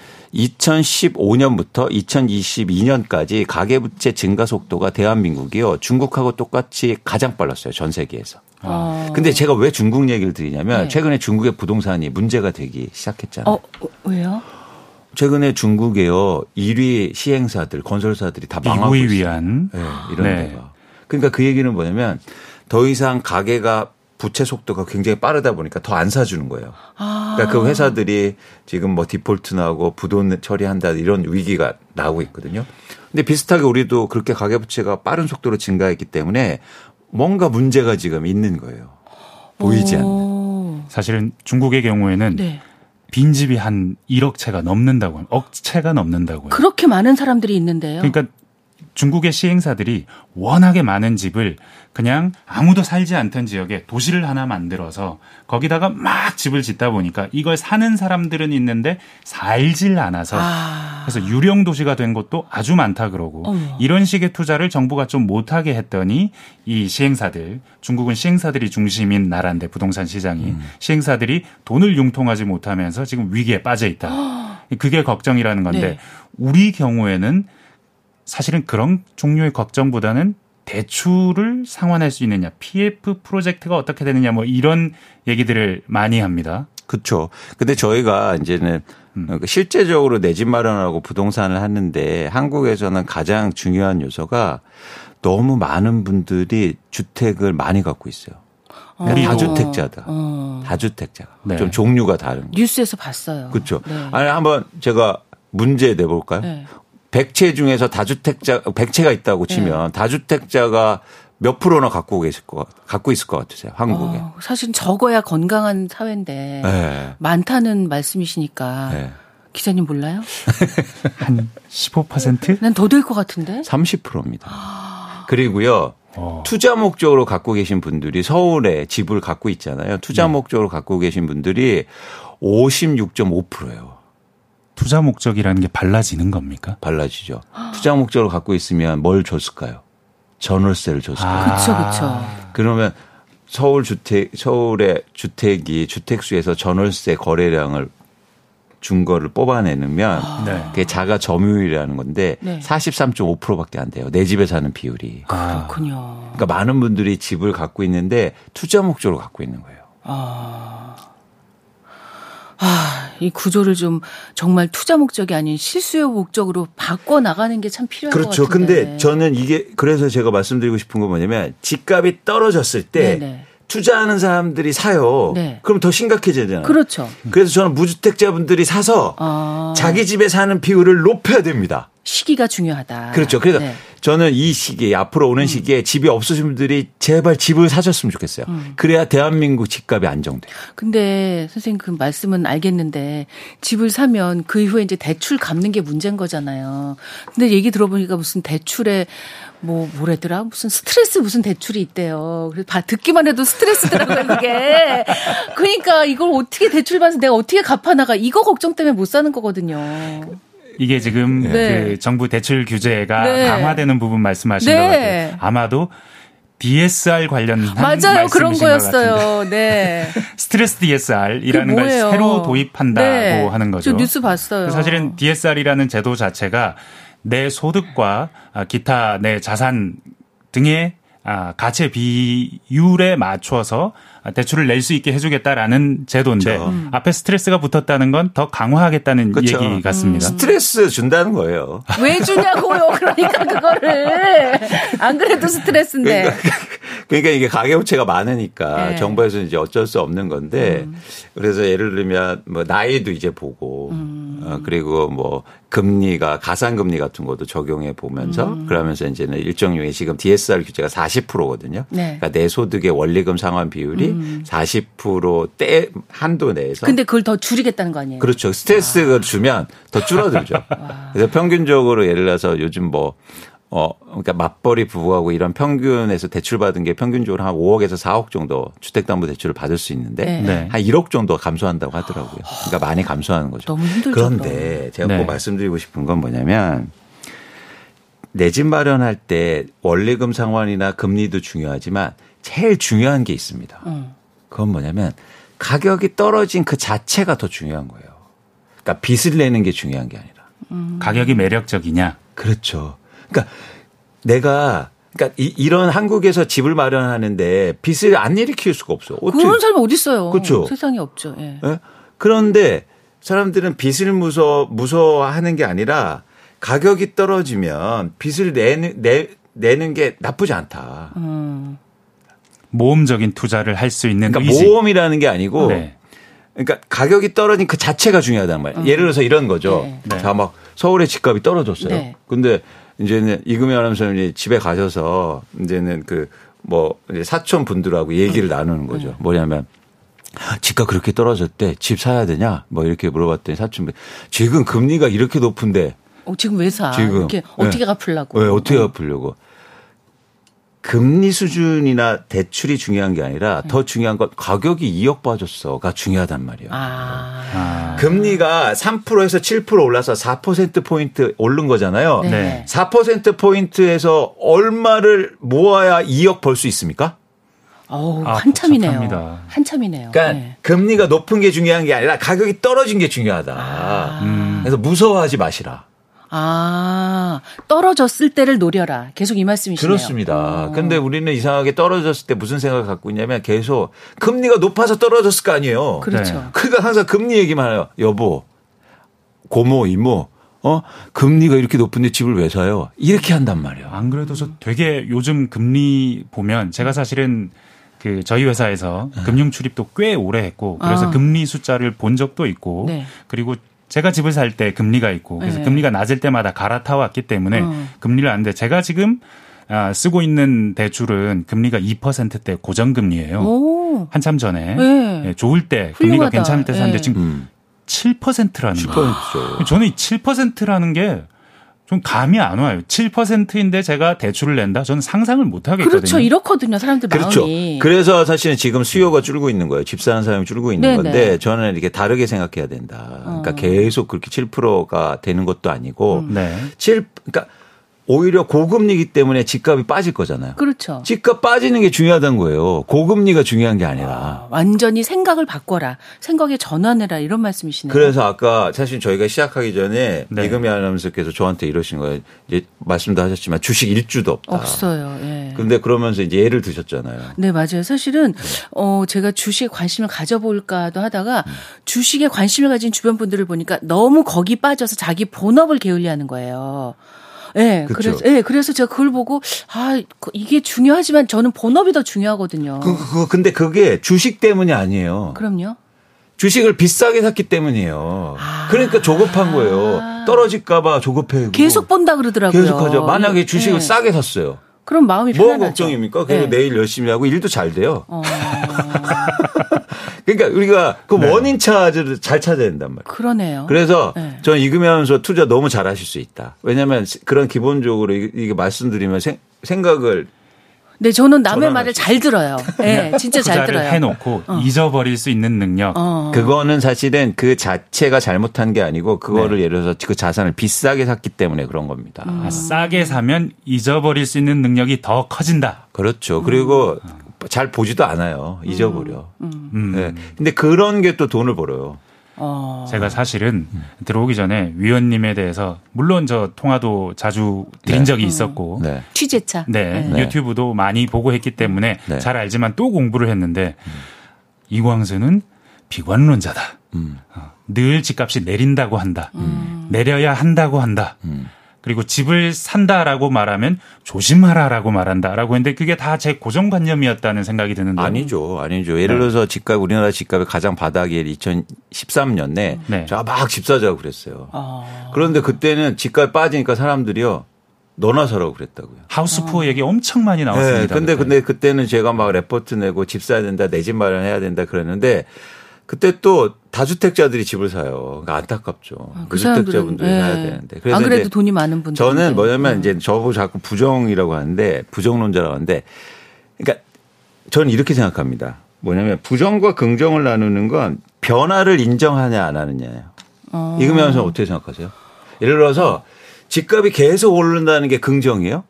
Speaker 3: 2015년부터 2022년까지 가계 부채 증가 속도가 대한민국이요. 중국하고 똑같이 가장 빨랐어요. 전 세계에서.
Speaker 4: 어.
Speaker 3: 근데 제가 왜 중국 얘기를 드리냐면
Speaker 4: 네.
Speaker 3: 최근에 중국의 부동산이 문제가 되기 시작했잖아요.
Speaker 4: 어, 어, 왜요?
Speaker 3: 최근에 중국에요 1위 시행사들 건설사들이 다 망하고
Speaker 2: 미국이
Speaker 3: 있어요.
Speaker 2: 위한
Speaker 3: 예, 이런
Speaker 2: 네.
Speaker 3: 데가. 그러니까 그 얘기는 뭐냐면 더 이상 가게가 부채 속도가 굉장히 빠르다 보니까 더 안 사주는 거예요.
Speaker 4: 아.
Speaker 3: 그러니까 그 회사들이 지금 뭐 디폴트 나고 부돈 처리한다 이런 위기가 나오고 있거든요. 근데 비슷하게 우리도 그렇게 가계 부채가 빠른 속도로 증가했기 때문에 뭔가 문제가 지금 있는 거예요. 보이지 않는.
Speaker 4: 않는.
Speaker 2: 사실은 중국의 경우에는
Speaker 4: 네.
Speaker 2: 빈집이 한 1억 채가 넘는다고 합니다. 억 채가 넘는다고요.
Speaker 4: 그렇게 많은 사람들이 있는데요.
Speaker 2: 그러니까 중국의 시행사들이 워낙에 많은 집을 그냥 아무도 살지 않던 지역에 도시를 하나 만들어서 거기다가 막 집을 짓다 보니까 이걸 사는 사람들은 있는데 살질 않아서
Speaker 4: 아.
Speaker 2: 그래서 유령 도시가 된 것도 아주 많다 그러고
Speaker 4: 어머.
Speaker 2: 이런 식의 투자를 정부가 좀 못하게 했더니 이 시행사들 중국은 시행사들이 중심인 나라인데 부동산 시장이 시행사들이 돈을 융통하지 못하면서 지금 위기에 빠져 있다. 그게 걱정이라는 건데
Speaker 4: 네.
Speaker 2: 우리 경우에는 사실은 그런 종류의 걱정보다는 대출을 상환할 수 있느냐, PF 프로젝트가 어떻게 되느냐, 뭐 이런 얘기들을 많이 합니다.
Speaker 3: 그렇죠. 근데 저희가 이제는
Speaker 4: 음.
Speaker 3: 그 실제적으로 내 집 마련하고 부동산을 하는데 한국에서는 가장 중요한 요소가 너무 많은 분들이 주택을 많이 갖고 있어요. 그러니까
Speaker 4: 어.
Speaker 3: 다주택자다.
Speaker 4: 어.
Speaker 3: 다주택자가
Speaker 2: 네.
Speaker 3: 좀 종류가 다른 거.
Speaker 4: 뉴스에서 봤어요.
Speaker 3: 그렇죠.
Speaker 4: 네.
Speaker 3: 아니 한번 제가 문제 내 볼까요?
Speaker 4: 네.
Speaker 3: 100채 중에서 다주택자 100채가 있다고 치면 다주택자가 몇 프로나 갖고 계실 것 같- 갖고 있을 것 같으세요? 한국에.
Speaker 4: 어, 사실 적어야 건강한 사회인데
Speaker 3: 네.
Speaker 4: 많다는 말씀이시니까
Speaker 3: 네.
Speaker 4: 기자님 몰라요?
Speaker 2: 한 15%?
Speaker 4: 난 더 될 것 같은데.
Speaker 3: 30%입니다. 그리고요.
Speaker 2: 어.
Speaker 3: 투자 목적으로 갖고 계신 분들이 서울에 집을 갖고 있잖아요. 투자 목적으로 갖고 계신 분들이 56.5%예요.
Speaker 2: 투자 목적이라는 게 발라지는 겁니까?
Speaker 3: 발라지죠. 투자 목적으로 갖고 있으면 뭘 줬을까요? 전월세를 줬을까요?
Speaker 4: 그렇죠, 그렇죠.
Speaker 3: 그러면 서울 주택 서울의 주택이 주택수에서 전월세 거래량을 준 거를 뽑아내면
Speaker 2: 네.
Speaker 3: 그게 자가 점유율이라는 건데
Speaker 4: 네.
Speaker 3: 43.5%밖에 안 돼요. 내 집에 사는 비율이.
Speaker 2: 아,
Speaker 4: 아, 그렇군요.
Speaker 3: 그러니까 많은 분들이 집을 갖고 있는데 투자 목적으로 갖고 있는 거예요.
Speaker 4: 아, 이 구조를 좀 정말 투자 목적이 아닌 실수요 목적으로 바꿔 나가는 게 참 필요한
Speaker 3: 그렇죠.
Speaker 4: 것 같은데.
Speaker 3: 근데 저는 이게 그래서 제가 말씀드리고 싶은 건 뭐냐면 집값이 떨어졌을 때
Speaker 4: 네네.
Speaker 3: 투자하는 사람들이 사요.
Speaker 4: 네.
Speaker 3: 그럼 더 심각해지잖아요.
Speaker 4: 그렇죠.
Speaker 3: 래서 저는 무주택자분들이 사서
Speaker 4: 아.
Speaker 3: 자기 집에 사는 비율을 높여야 됩니다.
Speaker 4: 시기가 중요하다.
Speaker 3: 그렇죠. 그래서
Speaker 4: 네. 음.
Speaker 3: 저는 이 시기에 앞으로 오는 시기에 집이 없으신 분들이 제발 집을 사셨으면 좋겠어요.
Speaker 4: 음.
Speaker 3: 그래야 대한민국 집값이 안정돼요.
Speaker 4: 근데 선생님 그 말씀은 알겠는데 집을 사면 그 이후에 이제 대출 갚는 게 문제인 거잖아요. 근데 얘기 들어보니까 무슨 대출에 뭐 뭐래더라 무슨 스트레스 무슨 대출이 있대요. 그래서 봐 듣기만 해도 스트레스더라고요 그게. 그러니까 이걸 어떻게 대출 받아서 내가 어떻게 갚아 나가 이거 걱정 때문에 못 사는 거거든요.
Speaker 2: 이게 지금
Speaker 4: 네.
Speaker 2: 그 정부 대출 규제가
Speaker 4: 네.
Speaker 2: 강화되는 부분 말씀하신
Speaker 4: 네.
Speaker 2: 것 같아요. 아마도 DSR 관련한
Speaker 4: 맞아요 그런
Speaker 2: 말씀이신 것 같은데.
Speaker 4: 거였어요. 네.
Speaker 2: 스트레스
Speaker 4: 그게
Speaker 2: DSR이라는 걸
Speaker 4: 뭐예요?
Speaker 2: 새로 도입한다고
Speaker 4: 네.
Speaker 2: 하는 거죠.
Speaker 4: 저 뉴스 봤어요.
Speaker 2: 사실은 DSR이라는 제도 자체가 내 소득과 아, 기타 내 자산 등의 아, 가치 비율에 맞춰서 아, 대출을 낼 수 있게 해주겠다라는 제도인데
Speaker 3: 그렇죠.
Speaker 2: 앞에 스트레스가 붙었다는 건 더 강화하겠다는
Speaker 3: 그렇죠.
Speaker 2: 얘기
Speaker 4: 음.
Speaker 2: 같습니다.
Speaker 3: 스트레스 준다는 거예요.
Speaker 4: 왜 주냐고요? 그러니까 그거를 안 그래도 스트레스인데.
Speaker 3: 그러니까 이게 가계부채가 많으니까
Speaker 4: 네.
Speaker 3: 정부에서 이제 어쩔 수 없는 건데
Speaker 4: 음.
Speaker 3: 그래서 예를 들면 뭐 나이도 이제 보고
Speaker 4: 음.
Speaker 3: 어, 그리고 뭐 금리가 가산금리 같은 것도 적용해 보면서
Speaker 4: 음.
Speaker 3: 그러면서 이제는 일정량의 지금 DSR 규제가 40%거든요.
Speaker 4: 네. 음.
Speaker 3: 그러니까 내 소득의 원리금 상환 비율이 40%대 한도 내에서
Speaker 4: 근데 그걸 더 줄이겠다는 거 아니에요? 아.
Speaker 3: 그렇죠. 스트레스를 주면 더 줄어들죠. 그래서 평균적으로 예를 들어서 요즘 뭐, 어, 그러니까 맞벌이 부부하고 이런 평균에서 대출받은 게 평균적으로 한 5억에서 4억 정도 주택담보대출을 받을 수 있는데
Speaker 4: 네.
Speaker 2: 네.
Speaker 3: 한 1억 정도 감소한다고 하더라고요. 그러니까 많이 감소하는 거죠.
Speaker 4: 너무 힘들죠,
Speaker 3: 그런데 예, 제가
Speaker 2: 네.
Speaker 3: 꼭 말씀드리고 싶은 건 뭐냐면 내 집 마련할 때 원리금 상환이나 금리도 중요하지만 제일 중요한 게 있습니다. 그건 뭐냐면 가격이 떨어진 그 자체가 더 중요한 거예요. 그러니까 빚을 내는 게 중요한 게 아니라.
Speaker 2: 가격이 매력적이냐?
Speaker 3: 그렇죠. 그러니까 내가 그러니까 이, 런 한국에서 집을 마련하는데 빚을 안 일으킬 수가 없어. 어째-
Speaker 4: 그런 사람이 어딨어요.
Speaker 3: 그쵸?
Speaker 4: 세상에 없죠. 예.
Speaker 3: 예? 그런데 사람들은 빚을 무서 무서워하는 게 아니라 가격이 떨어지면 빚을 내는 내, 내는 게 나쁘지 않다.
Speaker 4: 음.
Speaker 2: 모험적인 투자를 할 수 있는
Speaker 3: 그러니까
Speaker 2: 의지.
Speaker 3: 모험이라는 게 아니고
Speaker 2: 네.
Speaker 3: 그러니까 가격이 떨어진 그 자체가 중요하단 말이에요. 예를 들어서 이런 거죠.
Speaker 4: 음. 네.
Speaker 2: 네.
Speaker 3: 자, 막 서울의 집값이 떨어졌어요.
Speaker 4: 네.
Speaker 3: 근데 이제는 이금희 아나운서님이 집에 가셔서 이제는 그 뭐 사촌 분들하고
Speaker 4: 음.
Speaker 3: 얘기를 나누는 거죠. 뭐냐면 집값 그렇게 떨어졌대. 집 사야 되냐? 뭐 이렇게 물어봤더니 사촌 분 지금 금리가 이렇게 높은데
Speaker 4: 어, 지금 왜 사?
Speaker 3: 지금.
Speaker 4: 이렇게 어떻게
Speaker 3: 네.
Speaker 4: 갚으려고?
Speaker 3: 왜 어떻게 갚으려고? 금리 수준이나 대출이 중요한 게 아니라
Speaker 4: 네.
Speaker 3: 더 중요한 건 가격이 2억 빠졌어가 중요하단 말이에요.
Speaker 4: 아.
Speaker 2: 아,
Speaker 3: 금리가 3%에서 7% 올라서 4%포인트 오른 거잖아요.
Speaker 4: 네.
Speaker 2: 네.
Speaker 3: 4%포인트에서 얼마를 모아야 2억 벌 수 있습니까?
Speaker 4: 어우,
Speaker 2: 아,
Speaker 4: 한참이네요.
Speaker 2: 복잡합니다.
Speaker 4: 한참이네요.
Speaker 3: 그러니까
Speaker 4: 예.
Speaker 3: 금리가 높은 게 중요한 게 아니라 가격이 떨어진 게 중요하다.
Speaker 4: 아.
Speaker 3: 그래서 무서워하지 마시라.
Speaker 4: 아, 떨어졌을 때를 노려라. 계속 이 말씀이시네요. 어.
Speaker 3: 그렇습니다. 근데 우리는 이상하게 떨어졌을 때 무슨 생각을 갖고 있냐면 계속 금리가 높아서 떨어졌을 거 아니에요.
Speaker 4: 그렇죠.
Speaker 2: 네.
Speaker 3: 그러니까 항상 금리 얘기만 해요. 여보, 고모, 이모, 어? 금리가 이렇게 높은데 집을 왜 사요? 이렇게 한단 말이에요.
Speaker 2: 안 그래도 저 되게 요즘 금리 보면 제가 사실은 그 저희 회사에서
Speaker 3: 네.
Speaker 2: 금융 출입도 꽤 오래 했고 그래서
Speaker 4: 아.
Speaker 2: 금리 숫자를 본 적도 있고
Speaker 4: 네.
Speaker 2: 그리고 제가 집을 살 때 금리가 있고 그래서
Speaker 4: 네.
Speaker 2: 금리가 낮을 때마다 갈아타왔기 때문에
Speaker 4: 음.
Speaker 2: 금리를 안데 제가 지금 아, 쓰고 있는 대출은 금리가 2%대 고정금리예요.
Speaker 4: 오.
Speaker 2: 한참 전에
Speaker 4: 네.
Speaker 2: 예, 좋을 때 금리가
Speaker 4: 훌륭하다.
Speaker 2: 괜찮을 때 샀는데
Speaker 4: 네.
Speaker 3: 음.
Speaker 2: 지금
Speaker 4: 아.
Speaker 2: 7%라는 거예요.
Speaker 3: 10%죠.
Speaker 2: 저는 이 7%라는 게 좀 감이 안 와요. 7%인데 제가 대출을 낸다? 저는 상상을 못 하겠거든요.
Speaker 4: 그렇죠. 이렇거든요. 사람들
Speaker 3: 그렇죠.
Speaker 4: 마음이.
Speaker 3: 그래서 사실은 지금 수요가 줄고 있는 거예요. 집 사는 사람이 줄고 있는
Speaker 4: 네네. 어.
Speaker 3: 건데 저는 이렇게 다르게 생각해야 된다. 그러니까 계속 그렇게 7%가 되는 것도 아니고
Speaker 4: 음.
Speaker 2: 네.
Speaker 3: 7 그러니까 오히려 고금리이기 때문에 집값이 빠질 거잖아요.
Speaker 4: 그렇죠.
Speaker 3: 집값 빠지는 게 중요하다는 거예요. 고금리가 중요한 게 아니라.
Speaker 4: 완전히 생각을 바꿔라. 생각에 전환해라. 이런 말씀이시네요.
Speaker 3: 그래서 아까 사실 저희가 시작하기 전에
Speaker 2: 네.
Speaker 3: 이금희 아나운서께서 저한테 이러신 거예요. 이제 말씀도 하셨지만 주식 일주도 없다.
Speaker 4: 없어요. 예.
Speaker 3: 근데 그러면서 이제 예를 드셨잖아요.
Speaker 4: 네, 맞아요. 사실은, 어, 제가 주식에 관심을 가져볼까도 하다가 주식에 관심을 가진 주변 분들을 보니까 너무 거기 빠져서 자기 본업을 게을리하는 거예요. 예,
Speaker 3: 그쵸.
Speaker 4: 그래서 예, 그래서 제가 그걸 보고, 아, 그- 이게 중요하지만 저는 본업이 더 중요하거든요.
Speaker 3: 그, 그, 근데 그게 주식 때문이 아니에요.
Speaker 4: 그럼요.
Speaker 3: 주식을 비싸게 샀기 때문이에요.
Speaker 4: 아.
Speaker 3: 그러니까 조급한 거예요. 떨어질까봐 조급해요.
Speaker 4: 계속 본다 그러더라고요.
Speaker 3: 계속하죠. 만약에
Speaker 4: 예,
Speaker 3: 주식을
Speaker 4: 예.
Speaker 3: 싸게 샀어요.
Speaker 4: 그럼 마음이
Speaker 3: 뭐
Speaker 4: 편안하죠.
Speaker 3: 걱정입니까? 그리고
Speaker 4: 예.
Speaker 3: 내일 열심히 하고 일도 잘 돼요.
Speaker 4: 어,
Speaker 3: 그러니까 우리가 그 원인 찾을 잘 찾아야 된단 말이에요.
Speaker 4: 그러네요.
Speaker 3: 그래서
Speaker 4: 네.
Speaker 3: 저는 이금하면서 투자 너무 잘하실 수 있다. 왜냐하면 그런 기본적으로 이- 이게 말씀드리면 생, 생각을
Speaker 4: 네, 저는 남의
Speaker 3: 전환을
Speaker 4: 말을 잘 들어요. 예,
Speaker 3: 네.
Speaker 4: 진짜
Speaker 2: 투자를
Speaker 4: 잘 들어요.
Speaker 2: 해놓고 잊어버릴 수 있는 능력.
Speaker 4: 어.
Speaker 3: 그거는 사실은 그 자체가 잘못한 게 아니고
Speaker 4: 네.
Speaker 3: 그거를 예를 들어서 그 자산을 비싸게 샀기 때문에 그런 겁니다.
Speaker 4: 음.
Speaker 2: 아, 싸게 사면 잊어버릴 수 있는 능력이 더 커진다.
Speaker 4: 음.
Speaker 3: 그렇죠. 그리고 잘 보지도 않아요. 잊어버려.
Speaker 2: 음.
Speaker 3: 네. 근데 그런 게 또 돈을 벌어요.
Speaker 4: 어.
Speaker 2: 제가 사실은 들어오기 전에 위원님에 대해서 물론 저 통화도 자주 드린 적이
Speaker 4: 음.
Speaker 2: 있었고
Speaker 3: 네.
Speaker 4: 취재차.
Speaker 2: 네,
Speaker 3: 네.
Speaker 2: 유튜브도 많이 보고 했기 때문에
Speaker 3: 네.
Speaker 2: 잘 알지만 또 공부를 했는데 이광수는 비관론자다.
Speaker 3: 음.
Speaker 2: 어, 늘 집값이 내린다고 한다. 내려야 한다고 한다.
Speaker 3: 음.
Speaker 2: 그리고 집을 산다라고 말하면 조심하라라고 말한다라고 했는데 그게 다 제 고정관념이었다는 생각이
Speaker 4: 네.
Speaker 2: 드는데
Speaker 3: 아니죠. 아니죠. 예를 들어서 집값, 우리나라 집값의 가장 바닥이
Speaker 4: 음.
Speaker 3: 2013년에
Speaker 2: 네.
Speaker 3: 제가 막 집 사자고 그랬어요.
Speaker 4: 어.
Speaker 3: 그런데 그때는 집값 빠지니까 사람들이요. 너나 사라고 그랬다고요.
Speaker 4: 네,
Speaker 2: 하우스 푸어 얘기 엄청 많이 나왔습니다.
Speaker 4: 그렇죠.
Speaker 3: 네, 근데 근데 그때는 제가 막 레포트 내고 집 사야 된다, 내 집 마련해야 된다 그랬는데 그때 또 다주택자들이 집을 사요. 그러니까 안타깝죠.
Speaker 4: 그
Speaker 3: 무주택자분들이
Speaker 4: 사람들은,
Speaker 3: 사야
Speaker 4: 예.
Speaker 3: 되는데.
Speaker 4: 안 그래도
Speaker 3: 이제
Speaker 4: 돈이 많은 분들.
Speaker 3: 저는 뭐냐면 이제 저보고 자꾸 부정이라고 하는데 부정론자라고 하는데 그러니까 저는 이렇게 생각합니다. 뭐냐면 부정과 긍정을 나누는 건 변화를 인정하냐 안 하느냐예요. 이금희 선생 어떻게 생각하세요? 예를 들어서 집값이 계속 오른다는 게 긍정이에요?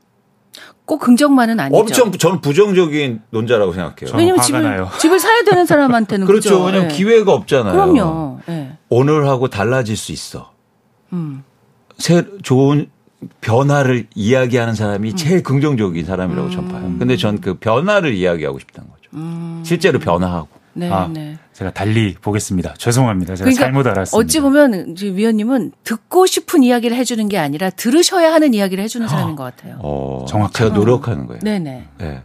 Speaker 4: 꼭 긍정만은 아니죠. 그렇죠.
Speaker 3: 엄청 저는 부정적인 논자라고 생각해요.
Speaker 2: 저는
Speaker 4: 왜냐면
Speaker 2: 화가
Speaker 4: 집을
Speaker 2: 나요.
Speaker 4: 집을 사야 되는 사람한테는
Speaker 3: 그렇죠.
Speaker 4: 그죠?
Speaker 3: 왜냐면
Speaker 4: 예.
Speaker 3: 기회가 없잖아요.
Speaker 4: 그럼요. 예.
Speaker 3: 오늘하고 달라질 수 있어.
Speaker 4: 음.
Speaker 3: 새 좋은 변화를 이야기하는 사람이
Speaker 4: 음.
Speaker 3: 제일 긍정적인 사람이라고 전 봐요. 근데 전 그 변화를 이야기하고 싶다는 거죠.
Speaker 4: 음.
Speaker 3: 실제로 변화하고.
Speaker 4: 네,
Speaker 2: 아,
Speaker 4: 네.
Speaker 2: 제가 달리 보겠습니다. 죄송합니다. 제가
Speaker 4: 그러니까
Speaker 2: 잘못 알았습니다.
Speaker 4: 어찌 보면 이제 위원님은 듣고 싶은 이야기를 해주는 게 아니라 들으셔야 하는 이야기를 해주는 사람인 것 같아요.
Speaker 3: 어,
Speaker 2: 정확하다.
Speaker 3: 제가 노력하는 거예요.
Speaker 4: 네네.
Speaker 3: 네.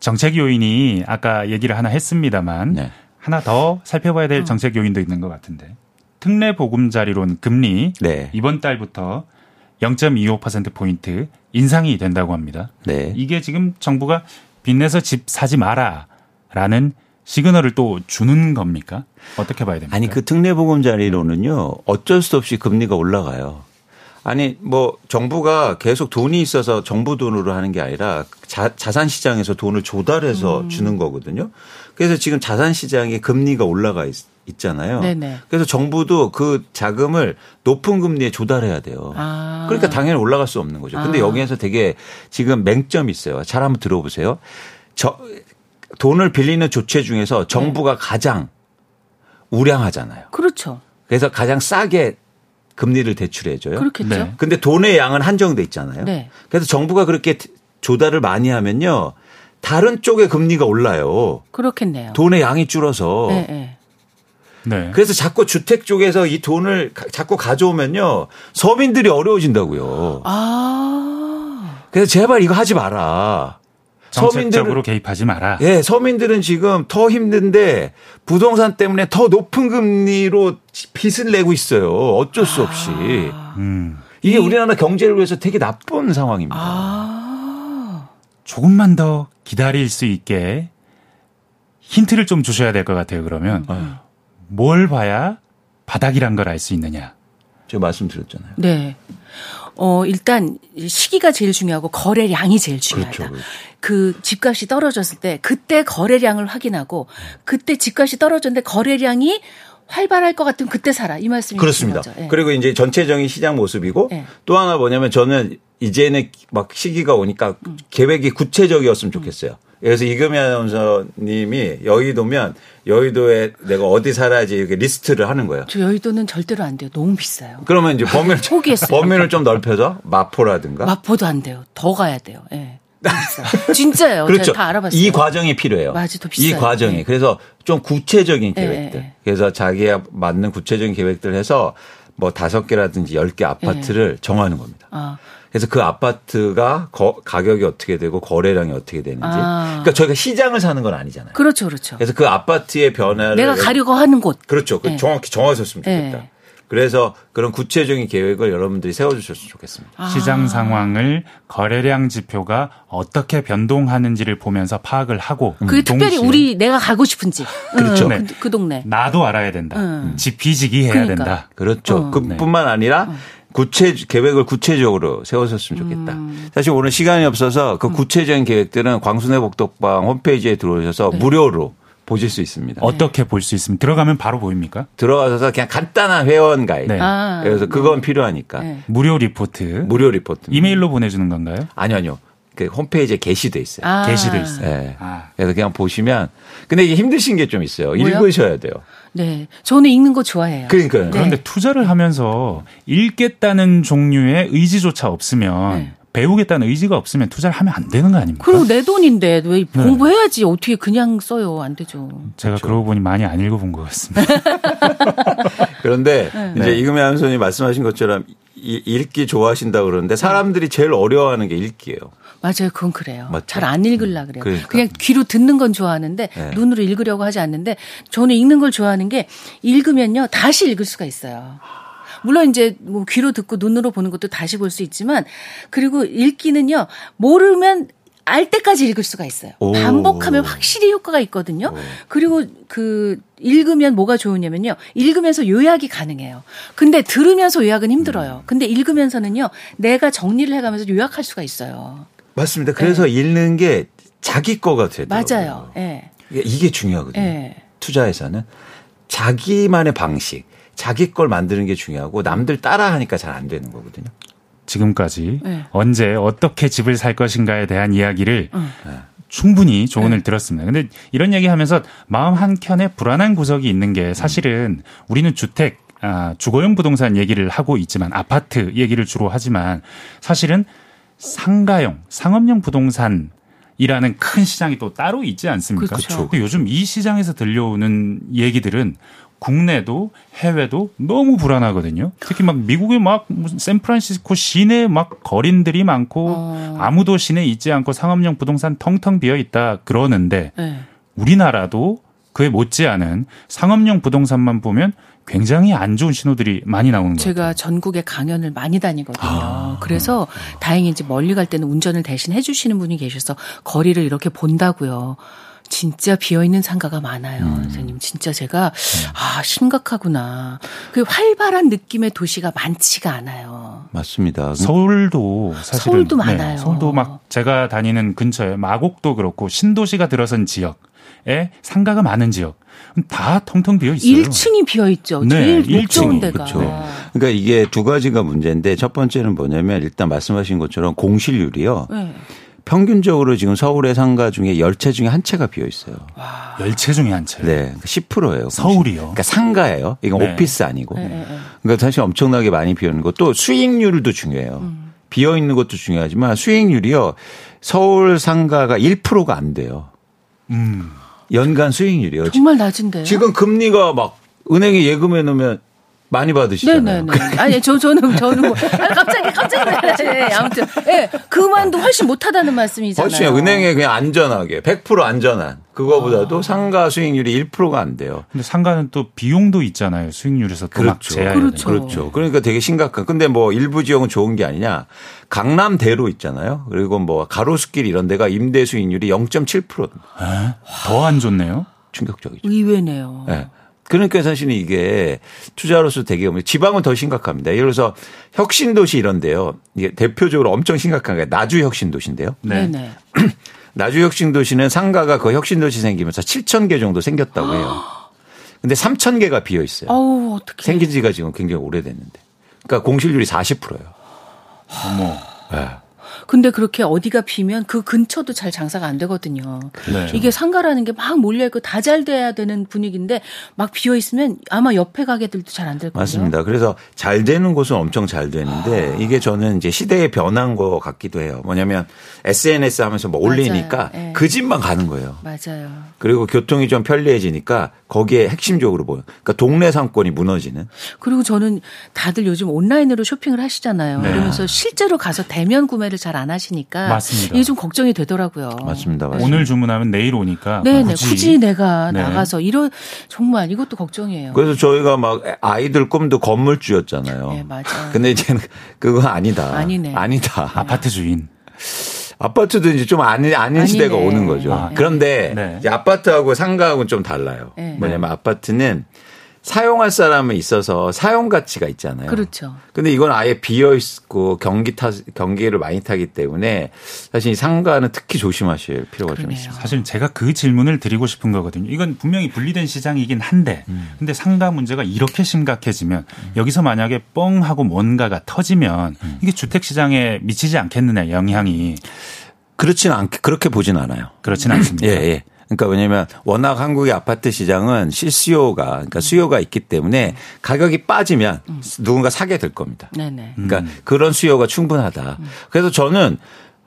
Speaker 2: 정책 요인이 아까 얘기를 하나 했습니다만
Speaker 3: 네.
Speaker 2: 하나 더 살펴봐야 될 정책 요인도 있는 것 같은데 특례 보금자리론 금리
Speaker 5: 네.
Speaker 2: 이번 달부터 0.25% 포인트 인상이 된다고 합니다.
Speaker 5: 네.
Speaker 2: 이게 지금 정부가 빚내서 집 사지 마라라는 시그널을 또 주는 겁니까? 어떻게 봐야 됩니까?
Speaker 5: 아니 그 특례 보금자리론은요 어쩔 수 없이 금리가 올라가요.
Speaker 3: 아니 뭐 정부가 계속 돈이 있어서 정부 돈으로 하는 게 아니라 자, 자산 시장에서 돈을
Speaker 4: 음.
Speaker 3: 조달해서 주는 거거든요. 그래서 지금 자산 시장에 금리가 올라가 있, 잖아요
Speaker 4: 네네.
Speaker 3: 그래서 정부도 그 자금을 높은 금리에 조달해야 돼요.
Speaker 4: 아.
Speaker 3: 그러니까 당연히 올라갈 수 없는 거죠. 근데
Speaker 4: 아.
Speaker 3: 여기에서 되게 지금 맹점이 있어요. 잘 한번 들어보세요. 저 돈을 빌리는 조치 중에서
Speaker 4: 네.
Speaker 3: 정부가 가장 우량하잖아요.
Speaker 4: 그렇죠.
Speaker 3: 그래서 가장 싸게 금리를 대출해줘요.
Speaker 4: 그렇겠죠.
Speaker 2: 네.
Speaker 3: 근데 돈의 양은 한정돼 있잖아요.
Speaker 4: 네.
Speaker 3: 그래서 정부가 그렇게 조달을 많이 하면요. 다른 쪽의 금리가 올라요.
Speaker 4: 그렇겠네요.
Speaker 3: 돈의 양이 줄어서.
Speaker 4: 네, 네.
Speaker 2: 네.
Speaker 3: 그래서 자꾸 주택 쪽에서 이 돈을 가- 자꾸 가져오면요. 서민들이 어려워진다고요.
Speaker 4: 아.
Speaker 3: 그래서 제발 이거 하지 마라.
Speaker 2: 정책적으로
Speaker 3: 서민들은
Speaker 2: 개입하지 마라.
Speaker 3: 예, 서민들은 지금 더 힘든데 부동산 때문에 더 높은 금리로 빚을 내고 있어요. 어쩔 수 없이.
Speaker 4: 아.
Speaker 2: 음.
Speaker 3: 이게 우리나라 경제를 위해서 되게 나쁜 상황입니다.
Speaker 4: 아.
Speaker 2: 조금만 더 기다릴 수 있게 힌트를 좀 주셔야 될 것 같아요. 그러면
Speaker 3: 음.
Speaker 2: 뭘 봐야 바닥이란 걸 알 수 있느냐?
Speaker 3: 제가 말씀드렸잖아요.
Speaker 4: 네. 어, 일단 시기가 제일 중요하고 거래량이 제일 중요하다.
Speaker 3: 그렇죠,
Speaker 4: 그 집값이 떨어졌을 때 그때 거래량을 확인하고 그때 집값이 떨어졌는데 거래량이 활발할 것 같으면 그때 사라. 이 말씀이
Speaker 3: 그렇습니다.
Speaker 4: 중요하죠. 예.
Speaker 3: 그리고 이제 전체적인 시장 모습이고
Speaker 4: 네.
Speaker 3: 또 하나 뭐냐면 저는 이제는 막 시기가 오니까
Speaker 4: 음.
Speaker 3: 계획이 구체적이었으면 좋겠어요. 그래서 이금희 아나운서님이 여의도면 여의도에 내가 어디 살아야지 이렇게 리스트를 하는 거예요.
Speaker 4: 저 여의도는 절대로 안 돼요. 너무 비싸요.
Speaker 3: 그러면 이제 범위를 좀-
Speaker 4: 포기했어요.
Speaker 3: 범위를 좀 넓혀서 마포라든가
Speaker 4: 마포도 안 돼요. 더 가야 돼요. 예. 너무 비싸요. 진짜예요.
Speaker 3: 그렇죠.
Speaker 4: 제가 다 알아봤어요.
Speaker 3: 이 과정이 필요해요.
Speaker 4: 맞아, 더
Speaker 3: 이
Speaker 4: 비싸요.
Speaker 3: 과정이.
Speaker 4: 네.
Speaker 3: 그래서 좀 구체적인
Speaker 4: 네,
Speaker 3: 계획들.
Speaker 4: 네, 네.
Speaker 3: 그래서 자기에 맞는 구체적인 계획들 해서 뭐 다섯 개라든지 열 개 아파트를 정하는 겁니다.
Speaker 4: 아,
Speaker 3: 그래서 그 아파트가 거- 가격이 어떻게 되고 거래량이 어떻게 되는지.
Speaker 4: 아.
Speaker 3: 그러니까 저희가 시장을 사는 건 아니잖아요.
Speaker 4: 그렇죠. 그렇죠.
Speaker 3: 그래서 그 아파트의 변화를
Speaker 4: 내가 가려고 하는 곳.
Speaker 3: 그렇죠. 그
Speaker 4: 네.
Speaker 3: 정확히 정하셨으면 좋겠다.
Speaker 4: 네.
Speaker 3: 그래서 그런 구체적인 계획을 여러분들이 세워주셨으면 좋겠습니다.
Speaker 4: 아.
Speaker 2: 시장 상황을 거래량 지표가 어떻게 변동하는지를 보면서 파악을 하고
Speaker 4: 그게 특별히
Speaker 2: 동시에
Speaker 4: 우리 내가 가고 싶은 집.
Speaker 2: 그렇죠.
Speaker 4: 응,
Speaker 2: 네.
Speaker 4: 그, 그 동네.
Speaker 2: 나도 알아야 된다.
Speaker 4: 음.
Speaker 2: 지피지기 해야
Speaker 4: 그러니까.
Speaker 2: 된다.
Speaker 3: 그렇죠. 그뿐만 아니라 구체 계획을 구체적으로 세웠었으면 좋겠다. 사실 오늘 시간이 없어서 그 구체적인 계획들은 광순회 복덕방 홈페이지에 들어오셔서 무료로 보실 수
Speaker 4: 네.
Speaker 3: 있습니다.
Speaker 2: 어떻게 볼 수 있으면 들어가면 바로 보입니까?
Speaker 3: 들어가셔서 그냥 간단한 회원 가입.
Speaker 2: 네.
Speaker 4: 아.
Speaker 3: 그래서 그건 필요하니까
Speaker 4: 네.
Speaker 2: 무료 리포트
Speaker 3: 무료 리포트.
Speaker 2: 이메일로 보내주는 건가요?
Speaker 3: 아니요, 아니요. 그 홈페이지에 게시돼 있어요.
Speaker 4: 아.
Speaker 2: 게시돼 있어요.
Speaker 3: 예.
Speaker 2: 아.
Speaker 3: 그래서 그냥 보시면 근데 이게 힘드신 게 좀 있어요.
Speaker 4: 뭐요?
Speaker 3: 읽으셔야 돼요.
Speaker 4: 네. 저는 읽는 거 좋아해요.
Speaker 3: 그러니까요.
Speaker 4: 네.
Speaker 2: 그런데 투자를 하면서 읽겠다는 종류의 의지조차 없으면
Speaker 4: 네.
Speaker 2: 배우겠다는 의지가 없으면 투자를 하면 안 되는 거 아닙니까? 네.
Speaker 4: 그리고 내 돈인데 왜 공부해야지 어떻게 그냥 써요 안 되죠.
Speaker 2: 제가 그러고 보니 많이 안 읽어본 것 같습니다.
Speaker 3: 그런데 이제 이금희 선생님이 말씀하신 것처럼 이- 읽기 좋아하신다 그러는데 사람들이 제일 어려워하는 게 읽기예요.
Speaker 4: 맞아요, 그건 그래요.
Speaker 3: 맞죠.
Speaker 4: 잘 안 읽으려 그래요.
Speaker 3: 그러니까. 네.
Speaker 4: 그냥 귀로 듣는 건 좋아하는데 눈으로 읽으려고 하지 않는데 저는 읽는 걸 좋아하는 게 읽으면요 다시 읽을 수가 있어요. 물론 이제 뭐 귀로 듣고 눈으로 보는 것도 다시 볼 수 있지만 그리고 읽기는요 모르면 알 때까지 읽을 수가 있어요.
Speaker 3: 오.
Speaker 4: 반복하면 확실히 효과가 있거든요. 그리고 그 읽으면 뭐가 좋으냐면요. 읽으면서 요약이 가능해요. 근데 들으면서 요약은
Speaker 3: 음.
Speaker 4: 힘들어요. 근데 읽으면서는요. 내가 정리를 해 가면서 요약할 수가 있어요.
Speaker 3: 맞습니다. 그래서 읽는 게 자기 거가 되요
Speaker 4: 맞아요. 예.
Speaker 3: 이게 중요하거든요.
Speaker 4: 예.
Speaker 3: 투자에서는 자기만의 방식, 자기 걸 만드는 게 중요하고 남들 따라 하니까 잘 안 되는 거거든요.
Speaker 2: 지금까지
Speaker 4: 네.
Speaker 2: 언제 어떻게 집을 살 것인가에 대한 이야기를
Speaker 4: 응. 네.
Speaker 2: 충분히 조언을 들었습니다. 근데 이런 얘기하면서 마음 한 켠에 불안한 구석이 있는 게 사실은 우리는 주택 아, 주거용 부동산 얘기를 하고 있지만 아파트 얘기를 주로 하지만 사실은 상가용 상업용 부동산 이라는 큰 시장이 또 따로 있지 않습니까?
Speaker 4: 그쵸.
Speaker 2: 근데 요즘 이 시장에서 들려오는 얘기들은 국내도 해외도 너무 불안하거든요. 특히 막 미국의 막 무슨 샌프란시스코 시내 막 거린들이 많고
Speaker 4: 어.
Speaker 2: 아무도 시내 있지 않고 상업용 부동산 텅텅 비어 있다 그러는데
Speaker 4: 네.
Speaker 2: 우리나라도 그에 못지않은 상업용 부동산만 보면 굉장히 안 좋은 신호들이 많이 나오는 거예요.
Speaker 4: 제가 전국에 강연을 많이 다니거든요. 그래서 다행히 이제 멀리 갈 때는 운전을 대신 해주시는 분이 계셔서 거리를 이렇게 본다고요. 진짜 비어 있는 상가가 많아요, 선생님. 진짜 제가 아 심각하구나. 그 활발한 느낌의 도시가 많지가 않아요.
Speaker 3: 맞습니다.
Speaker 2: 서울도 사실은 네,
Speaker 4: 서울도 많아요.
Speaker 2: 서울도 막 제가 다니는 근처에 마곡도 그렇고 신도시가 들어선 지역에 상가가 많은 지역 다 텅텅 비어 있어요.
Speaker 4: 1층이 비어 있죠.
Speaker 2: 네,
Speaker 4: 제일 목 좋은
Speaker 2: 1층이,
Speaker 4: 데가.
Speaker 3: 그쵸. 그러니까 이게 두 가지가 문제인데 첫 번째는 뭐냐면 일단 말씀하신 것처럼 공실률이요.
Speaker 4: 네.
Speaker 3: 평균적으로 지금 서울의 상가 중에 열 채 중에 한 채가 비어 있어요.
Speaker 2: 열채 중에 한 채.
Speaker 3: 네. 10%예요.
Speaker 2: 서울이요.
Speaker 3: 그러니까 상가예요. 이건
Speaker 2: 네.
Speaker 3: 오피스 아니고.
Speaker 4: 네, 네, 네.
Speaker 3: 그러니까 사실 엄청나게 많이 비어 있는 것도 수익률도 중요해요.
Speaker 4: 음.
Speaker 3: 비어 있는 것도 중요하지만 수익률이요. 서울 상가가 1%가 안 돼요.
Speaker 2: 음.
Speaker 3: 연간 수익률이요.
Speaker 4: 정말 낮은데요.
Speaker 3: 지금 금리가 막 은행에 예금해 놓으면 많이 받으시잖아요. 그러니까.
Speaker 4: 네네네. 아니 저 저는 저는 뭐, 아 갑자기 갑자기 놀라네. 아무튼 예 그만도 훨씬 못하다는 말씀이잖아요.
Speaker 3: 훨씬 은행에 그냥 안전하게 100% 안전한 그거보다도
Speaker 4: 아.
Speaker 3: 상가 수익률이 1%가 안 돼요.
Speaker 2: 근데 상가는 또 비용도 있잖아요. 수익률에서 또 막 제한.
Speaker 4: 그렇죠.
Speaker 3: 그렇죠. 그러니까 되게 심각한. 근데 뭐 일부 지역은 좋은 게 아니냐. 강남대로 있잖아요. 그리고 뭐 가로수길 이런 데가 임대 수익률이 0.7%
Speaker 2: 더안 좋네요.
Speaker 3: 충격적이죠.
Speaker 4: 의외네요.
Speaker 3: 예. 그러니까 사실은 이게 투자로서 되게 어려워요. 지방은 더 심각합니다. 예를 들어서 혁신도시 이런데요. 이게 대표적으로 엄청 심각한 게 나주 혁신도시인데요.
Speaker 4: 네.
Speaker 2: 네.
Speaker 4: 네
Speaker 3: 나주 혁신도시는 상가가 그 혁신도시 생기면서 7,000개 정도 생겼다고 해요. 근데 3,000개가 비어 있어요.
Speaker 4: 어우 네. 어떻게
Speaker 3: 생긴 지가 지금 굉장히 오래됐는데. 그러니까 공실률이 40%예요.
Speaker 2: 어머.
Speaker 4: 근데 그렇게 어디가 비면 그 근처도 잘 장사가 안 되거든요.
Speaker 2: 네.
Speaker 4: 이게 상가라는 게 막 몰려 있고 다 잘 돼야 되는 분위기인데 막 비어 있으면 아마 옆에 가게들도 잘 안 될 거예요. 아.
Speaker 3: 맞습니다. 그래서 잘 되는 곳은 엄청 잘 되는데 이게 저는 이제 시대의 변한 거 같기도 해요. 뭐냐면 SNS 하면서 뭐
Speaker 4: 맞아요.
Speaker 3: 올리니까
Speaker 4: 예.
Speaker 3: 그 집만 가는 거예요.
Speaker 4: 맞아요.
Speaker 3: 그리고 교통이 좀 편리해지니까 거기에 핵심적으로 보여. 그러니까 동네 상권이 무너지는.
Speaker 4: 그리고 저는 다들 요즘 온라인으로 쇼핑을 하시잖아요.
Speaker 2: 네.
Speaker 4: 그러면서 실제로 가서 대면 구매를 잘 안 하시니까
Speaker 2: 맞습니다.
Speaker 4: 이게 좀 걱정이 되더라고요.
Speaker 3: 맞습니다.
Speaker 4: 네.
Speaker 3: 맞습니다.
Speaker 2: 오늘 주문하면 내일
Speaker 3: 아,
Speaker 2: 오니까
Speaker 4: 아. 네네
Speaker 2: 굳이,
Speaker 4: 굳이, 내가
Speaker 2: 네.
Speaker 4: 나가서 이런 정말 이것도 걱정이에요.
Speaker 3: 그래서 저희가 막 아이들 꿈도 건물주였잖아요.
Speaker 4: 네, 맞아요.
Speaker 3: 근데 이제는 그거 아니다.
Speaker 4: 아니네.
Speaker 3: 아니다.
Speaker 2: 아파트 주인.
Speaker 3: 아파트도 이제 좀 아니, 아닌
Speaker 4: 아니네.
Speaker 3: 시대가 오는 거죠.
Speaker 2: 아,
Speaker 3: 그런데
Speaker 2: 네.
Speaker 3: 이제 아파트하고 상가하고는 좀 달라요.
Speaker 4: 네.
Speaker 3: 뭐냐면 아파트는 사용할 사람은 있어서 사용 가치가 있잖아요.
Speaker 4: 그렇죠.
Speaker 3: 근데 이건 아예 비어 있고 경기 타 경기를 많이 타기 때문에 사실 이 상가는 특히 조심하실 필요가 좀
Speaker 4: 그러네요.
Speaker 3: 있습니다.
Speaker 2: 사실 제가 그 질문을 드리고 싶은 거거든요. 이건 분명히 분리된 시장이긴 한데, 근데 상가 문제가 이렇게 심각해지면 여기서 만약에 뻥 하고 뭔가가 터지면 이게 주택 시장에 미치지 않겠느냐 영향이
Speaker 3: 그렇진 않게 그렇게 보진 않아요.
Speaker 2: 그렇진 않습니다.
Speaker 3: 예, 예. 그러니까 왜냐면 워낙 한국의 아파트 시장은 실수요가 그러니까 수요가 있기 때문에 가격이 빠지면
Speaker 4: 음.
Speaker 3: 누군가 사게 될 겁니다.
Speaker 4: 네네.
Speaker 3: 그러니까
Speaker 2: 음.
Speaker 3: 그런 수요가 충분하다. 그래서 저는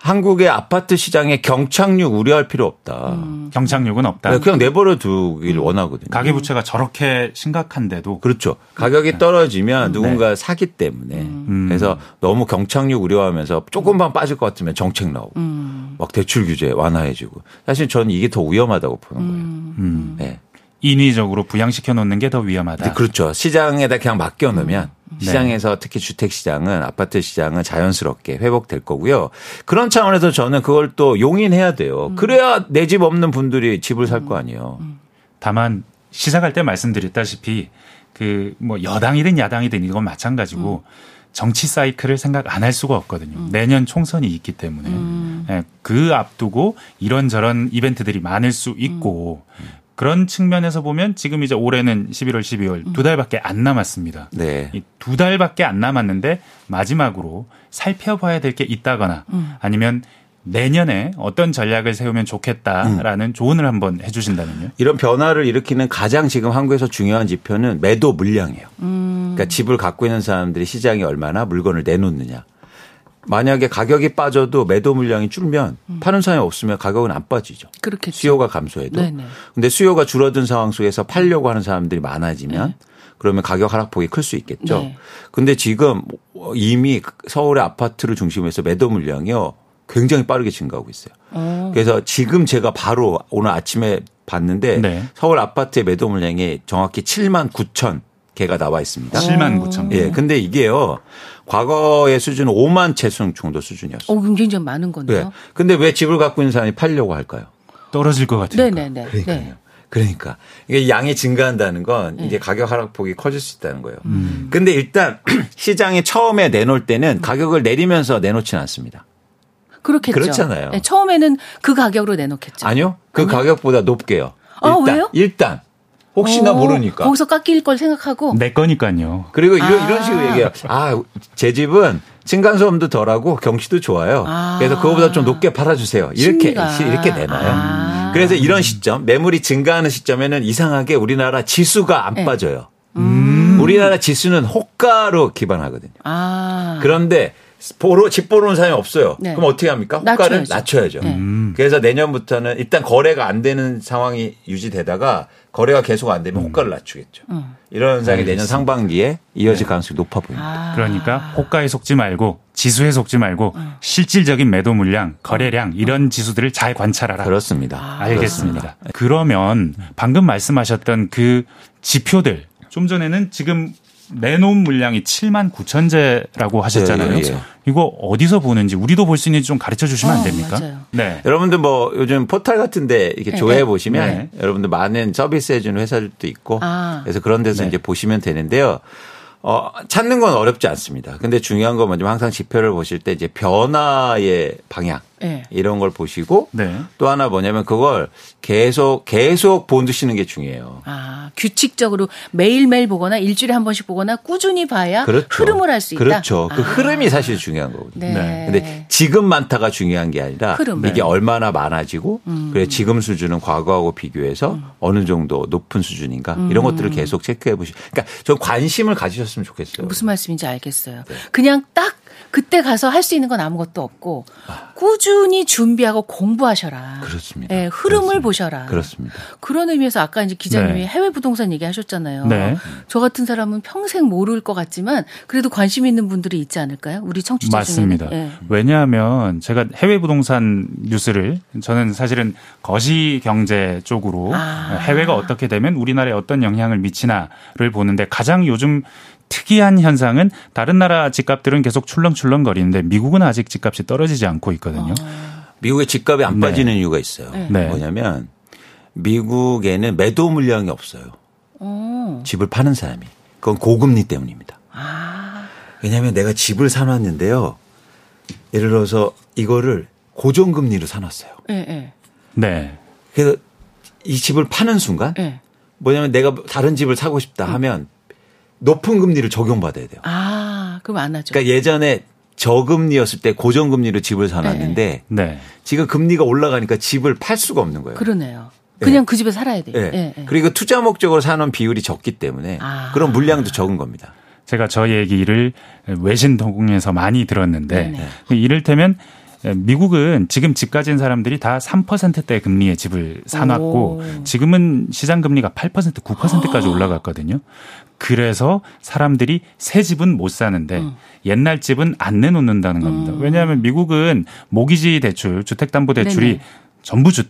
Speaker 3: 한국의 아파트 시장에 경착륙 우려할 필요 없다. 그러니까
Speaker 2: 경착륙은 없다.
Speaker 3: 네, 그냥 내버려 두길 원하거든요.
Speaker 2: 음. 가계부채가 저렇게 심각한데도
Speaker 3: 그렇죠.
Speaker 2: 네.
Speaker 3: 가격이
Speaker 2: 음.
Speaker 3: 떨어지면 누군가 사기 때문에 그래서 너무 경착륙 우려하면서 조금만 빠질 것 같으면 정책 나오고
Speaker 2: 음.
Speaker 3: 막 대출 규제 완화해주고 사실 저는 이게 더 위험하다고 보는
Speaker 2: 음,
Speaker 3: 거예요. 네.
Speaker 2: 인위적으로 부양시켜 놓는 게 더 위험하다.
Speaker 3: 그렇죠. 시장에다 그냥 맡겨 놓으면 시장에서 특히 주택 시장은 아파트 시장은 자연스럽게 회복될 거고요. 그런 차원에서 저는 그걸 또 용인해야 돼요. 그래야 내 집 없는 분들이 집을 살 거 아니에요.
Speaker 2: 다만 시작할 때 말씀드렸다시피 그 뭐 여당이든 야당이든 이건 마찬가지고 정치 사이클을 생각 안 할 수가 없거든요. 내년 총선이 있기 때문에 예, 그 앞두고 이런저런 이벤트들이 많을 수 있고 그런 측면에서 보면 지금 이제 올해는 11월, 12월 두 달밖에 안 남았습니다.
Speaker 3: 네.
Speaker 2: 이 두 달밖에 안 남았는데 마지막으로 살펴봐야 될 게 있다거나 아니면 내년에 어떤 전략을 세우면 좋겠다라는 조언을 한번 해주신다면요.
Speaker 3: 이런 변화를 일으키는 가장 지금 한국에서 중요한 지표는 매도 물량이에요. 그러니까 집을 갖고 있는 사람들이 시장에 얼마나 물건을 내놓느냐. 만약에 가격이 빠져도 매도 물량이 줄면 파는 사람이 없으면 가격은 안 빠지죠.
Speaker 4: 그렇겠죠.
Speaker 3: 수요가 감소해도.
Speaker 4: 네네.
Speaker 3: 근데 수요가 줄어든 상황 속에서 팔려고 하는 사람들이 많아지면 그러면 가격 하락폭이 클 수 있겠죠.
Speaker 4: 네.
Speaker 3: 근데 지금 이미 서울의 아파트를 중심으로 해서 매도 물량이요. 굉장히 빠르게 증가하고 있어요. 그래서 지금 제가 바로 오늘 아침에 봤는데
Speaker 2: 네.
Speaker 3: 서울 아파트의 매도 물량이 정확히 7만 9천 개가 나와 있습니다.
Speaker 4: 어. 아.
Speaker 2: 7만 9천.
Speaker 3: 예. 근데 이게요. 과거의 수준은 5만 채 정도 수준이었어요.
Speaker 4: 어, 굉장히 많은
Speaker 3: 예.
Speaker 4: 건데요.
Speaker 3: 근데 왜 집을 갖고 있는 사람이 팔려고 할까요?
Speaker 2: 떨어질 것 같으니까.
Speaker 4: 네, 네, 네. 네.
Speaker 3: 그러니까 이게 양이 증가한다는 건 이게 가격 하락폭이 커질 수 있다는 거예요.
Speaker 4: 음.
Speaker 3: 근데 일단 시장에 처음에 내놓을 때는 가격을 내리면서 내놓지는 않습니다.
Speaker 4: 그렇겠죠.
Speaker 3: 그렇잖아요.
Speaker 4: 네, 처음에는 그 가격으로 내놓겠죠.
Speaker 3: 아니요. 그 가격보다 높게요.
Speaker 4: 아,
Speaker 3: 일단
Speaker 4: 왜요?
Speaker 3: 일단 혹시나
Speaker 4: 어,
Speaker 3: 모르니까. 네.
Speaker 4: 거기서 깎일 걸 생각하고
Speaker 2: 내 거니까요.
Speaker 3: 그리고 이런,
Speaker 4: 아.
Speaker 3: 이런 식으로 얘기해요. 아, 제 집은 층간소음도 덜하고 경치도 좋아요.
Speaker 4: 아.
Speaker 3: 그래서 그거보다 좀 높게 팔아주세요. 이렇게,
Speaker 4: 심리가.
Speaker 3: 시- 이렇게 내놔요.
Speaker 4: 아.
Speaker 3: 그래서 이런 시점, 매물이 증가하는 시점에는 이상하게 우리나라 지수가 안
Speaker 4: 네.
Speaker 3: 빠져요.
Speaker 4: 음.
Speaker 3: 우리나라 지수는 호가로 기반하거든요.
Speaker 4: 아.
Speaker 3: 그런데 보러, 집 보러 온 사람이 없어요.
Speaker 4: 네.
Speaker 3: 그럼 어떻게 합니까? 호가를
Speaker 4: 낮춰야죠.
Speaker 3: 낮춰야죠.
Speaker 4: 네.
Speaker 3: 그래서 내년부터는 일단 거래가 안 되는 상황이 유지되다가 거래가 계속 안 되면 호가를 낮추겠죠.
Speaker 4: 어.
Speaker 3: 이런 현상이 내년 상반기에 이어질 가능성이 높아 보입니다.
Speaker 4: 아.
Speaker 2: 그러니까 호가에 속지 말고 지수에 속지 말고
Speaker 4: 어.
Speaker 2: 실질적인 매도 물량, 거래량 이런 지수들을 잘
Speaker 4: 아.
Speaker 2: 관찰하라.
Speaker 3: 그렇습니다.
Speaker 2: 알겠습니다. 그러면 방금 말씀하셨던 그 지표들 좀 전에는 지금 내놓은 물량이 7만 9천 제라고 하셨잖아요.
Speaker 3: 예, 예, 예.
Speaker 2: 이거 어디서 보는지 우리도 볼 수 있는지 좀 가르쳐 주시면
Speaker 4: 어,
Speaker 2: 안 됩니까?
Speaker 4: 맞아요.
Speaker 2: 네.
Speaker 3: 여러분들 뭐 요즘 포털 같은데 이렇게
Speaker 4: 네,
Speaker 3: 조회해 보시면
Speaker 2: 네.
Speaker 3: 여러분들 많은 서비스 해주는 회사들도 있고
Speaker 4: 아.
Speaker 3: 그래서 그런 데서 이제 보시면 되는데요. 어, 찾는 건 어렵지 않습니다. 근데 중요한 건 뭐냐면 항상 지표를 보실 때 이제 변화의 방향
Speaker 4: 네.
Speaker 3: 이런 걸 보시고
Speaker 2: 네.
Speaker 3: 또 하나 뭐냐면 그걸 계속 계속 보시는 게 중요해요.
Speaker 4: 아, 규칙적으로 매일매일 보거나 일주일에 한 번씩 보거나 꾸준히 봐야
Speaker 3: 그렇죠.
Speaker 4: 아, 흐름을 알 수 있다.
Speaker 3: 그렇죠. 그
Speaker 4: 아.
Speaker 3: 흐름이 사실 중요한 거거든요.
Speaker 4: 네. 네.
Speaker 3: 근데 지금 많다가 중요한 게 아니라
Speaker 4: 흐름.
Speaker 3: 이게 얼마나 많아지고
Speaker 4: 음.
Speaker 3: 그래 지금 수준은 과거하고 비교해서 어느 정도 높은 수준인가
Speaker 4: 음.
Speaker 3: 이런 것들을 계속 체크해 보시. 그러니까 좀 관심을 가지셨으면 좋겠어요.
Speaker 4: 무슨 말씀인지 알겠어요.
Speaker 3: 네.
Speaker 4: 그냥 딱 그때 가서 할 수 있는 건 아무것도 없고 꾸준히 준비하고 공부하셔라.
Speaker 3: 그렇습니다.
Speaker 4: 예, 흐름을 보셔라.
Speaker 3: 그렇습니다.
Speaker 4: 그런 의미에서 아까 이제 기자님이
Speaker 2: 네.
Speaker 4: 해외 부동산 얘기하셨잖아요.
Speaker 2: 네.
Speaker 4: 저 같은 사람은 평생 모를 것 같지만 그래도 관심 있는 분들이 있지 않을까요? 우리 청취자
Speaker 2: 맞습니다.
Speaker 4: 중에는. 예.
Speaker 2: 왜냐하면 제가 해외 부동산 뉴스를 저는 사실은 거시 경제 쪽으로
Speaker 4: 아.
Speaker 2: 해외가 어떻게 되면 우리나라에 어떤 영향을 미치나를 보는데 가장 요즘 특이한 현상은 다른 나라 집값들은 계속 출렁출렁 거리는데 미국은 아직 집값이 떨어지지 않고 있거든요.
Speaker 3: 미국의 집값이
Speaker 2: 네.
Speaker 3: 안 빠지는 이유가 있어요.
Speaker 2: 네.
Speaker 3: 뭐냐면 미국에는 매도 물량이 없어요.
Speaker 4: 어.
Speaker 3: 집을 파는 사람이 그건 고금리 때문입니다.
Speaker 4: 아.
Speaker 3: 왜냐하면 내가 집을 사놨는데요. 예를 들어서 이거를 고정금리로 사놨어요.
Speaker 4: 예, 예.
Speaker 2: 네.
Speaker 3: 그래서 이 집을 파는 순간
Speaker 4: 예. 음.
Speaker 3: 뭐냐면 내가 다른 집을 사고 싶다 하면 높은 금리를 적용받아야 돼요.
Speaker 4: 아, 그럼 안 하죠.
Speaker 3: 그러니까 예전에 저금리였을 때 고정금리로 집을 사놨는데
Speaker 2: 네.
Speaker 3: 지금 금리가 올라가니까 집을 팔 수가 없는 거예요.
Speaker 4: 그러네요. 그냥 그 집에 살아야 돼요.
Speaker 3: 예.
Speaker 4: 예, 예.
Speaker 3: 그리고 투자 목적으로 사놓은 비율이 적기 때문에
Speaker 4: 아.
Speaker 3: 그런 물량도 적은 겁니다.
Speaker 2: 제가 저 얘기를 외신 동공에서 많이
Speaker 4: 네,
Speaker 2: 들었는데 그 이를테면 미국은 지금 집 가진 사람들이 다 3%대 금리의 집을 사놨고
Speaker 4: 오. 아.
Speaker 2: 지금은 시장 금리가 8% 9%까지 올라갔거든요. 그래서 사람들이 새 집은 못 사는데
Speaker 4: 음.
Speaker 2: 옛날 집은 안 내놓는다는 겁니다. 왜냐하면 미국은 모기지 대출, 주택담보대출이
Speaker 4: 네네.
Speaker 2: 전부 주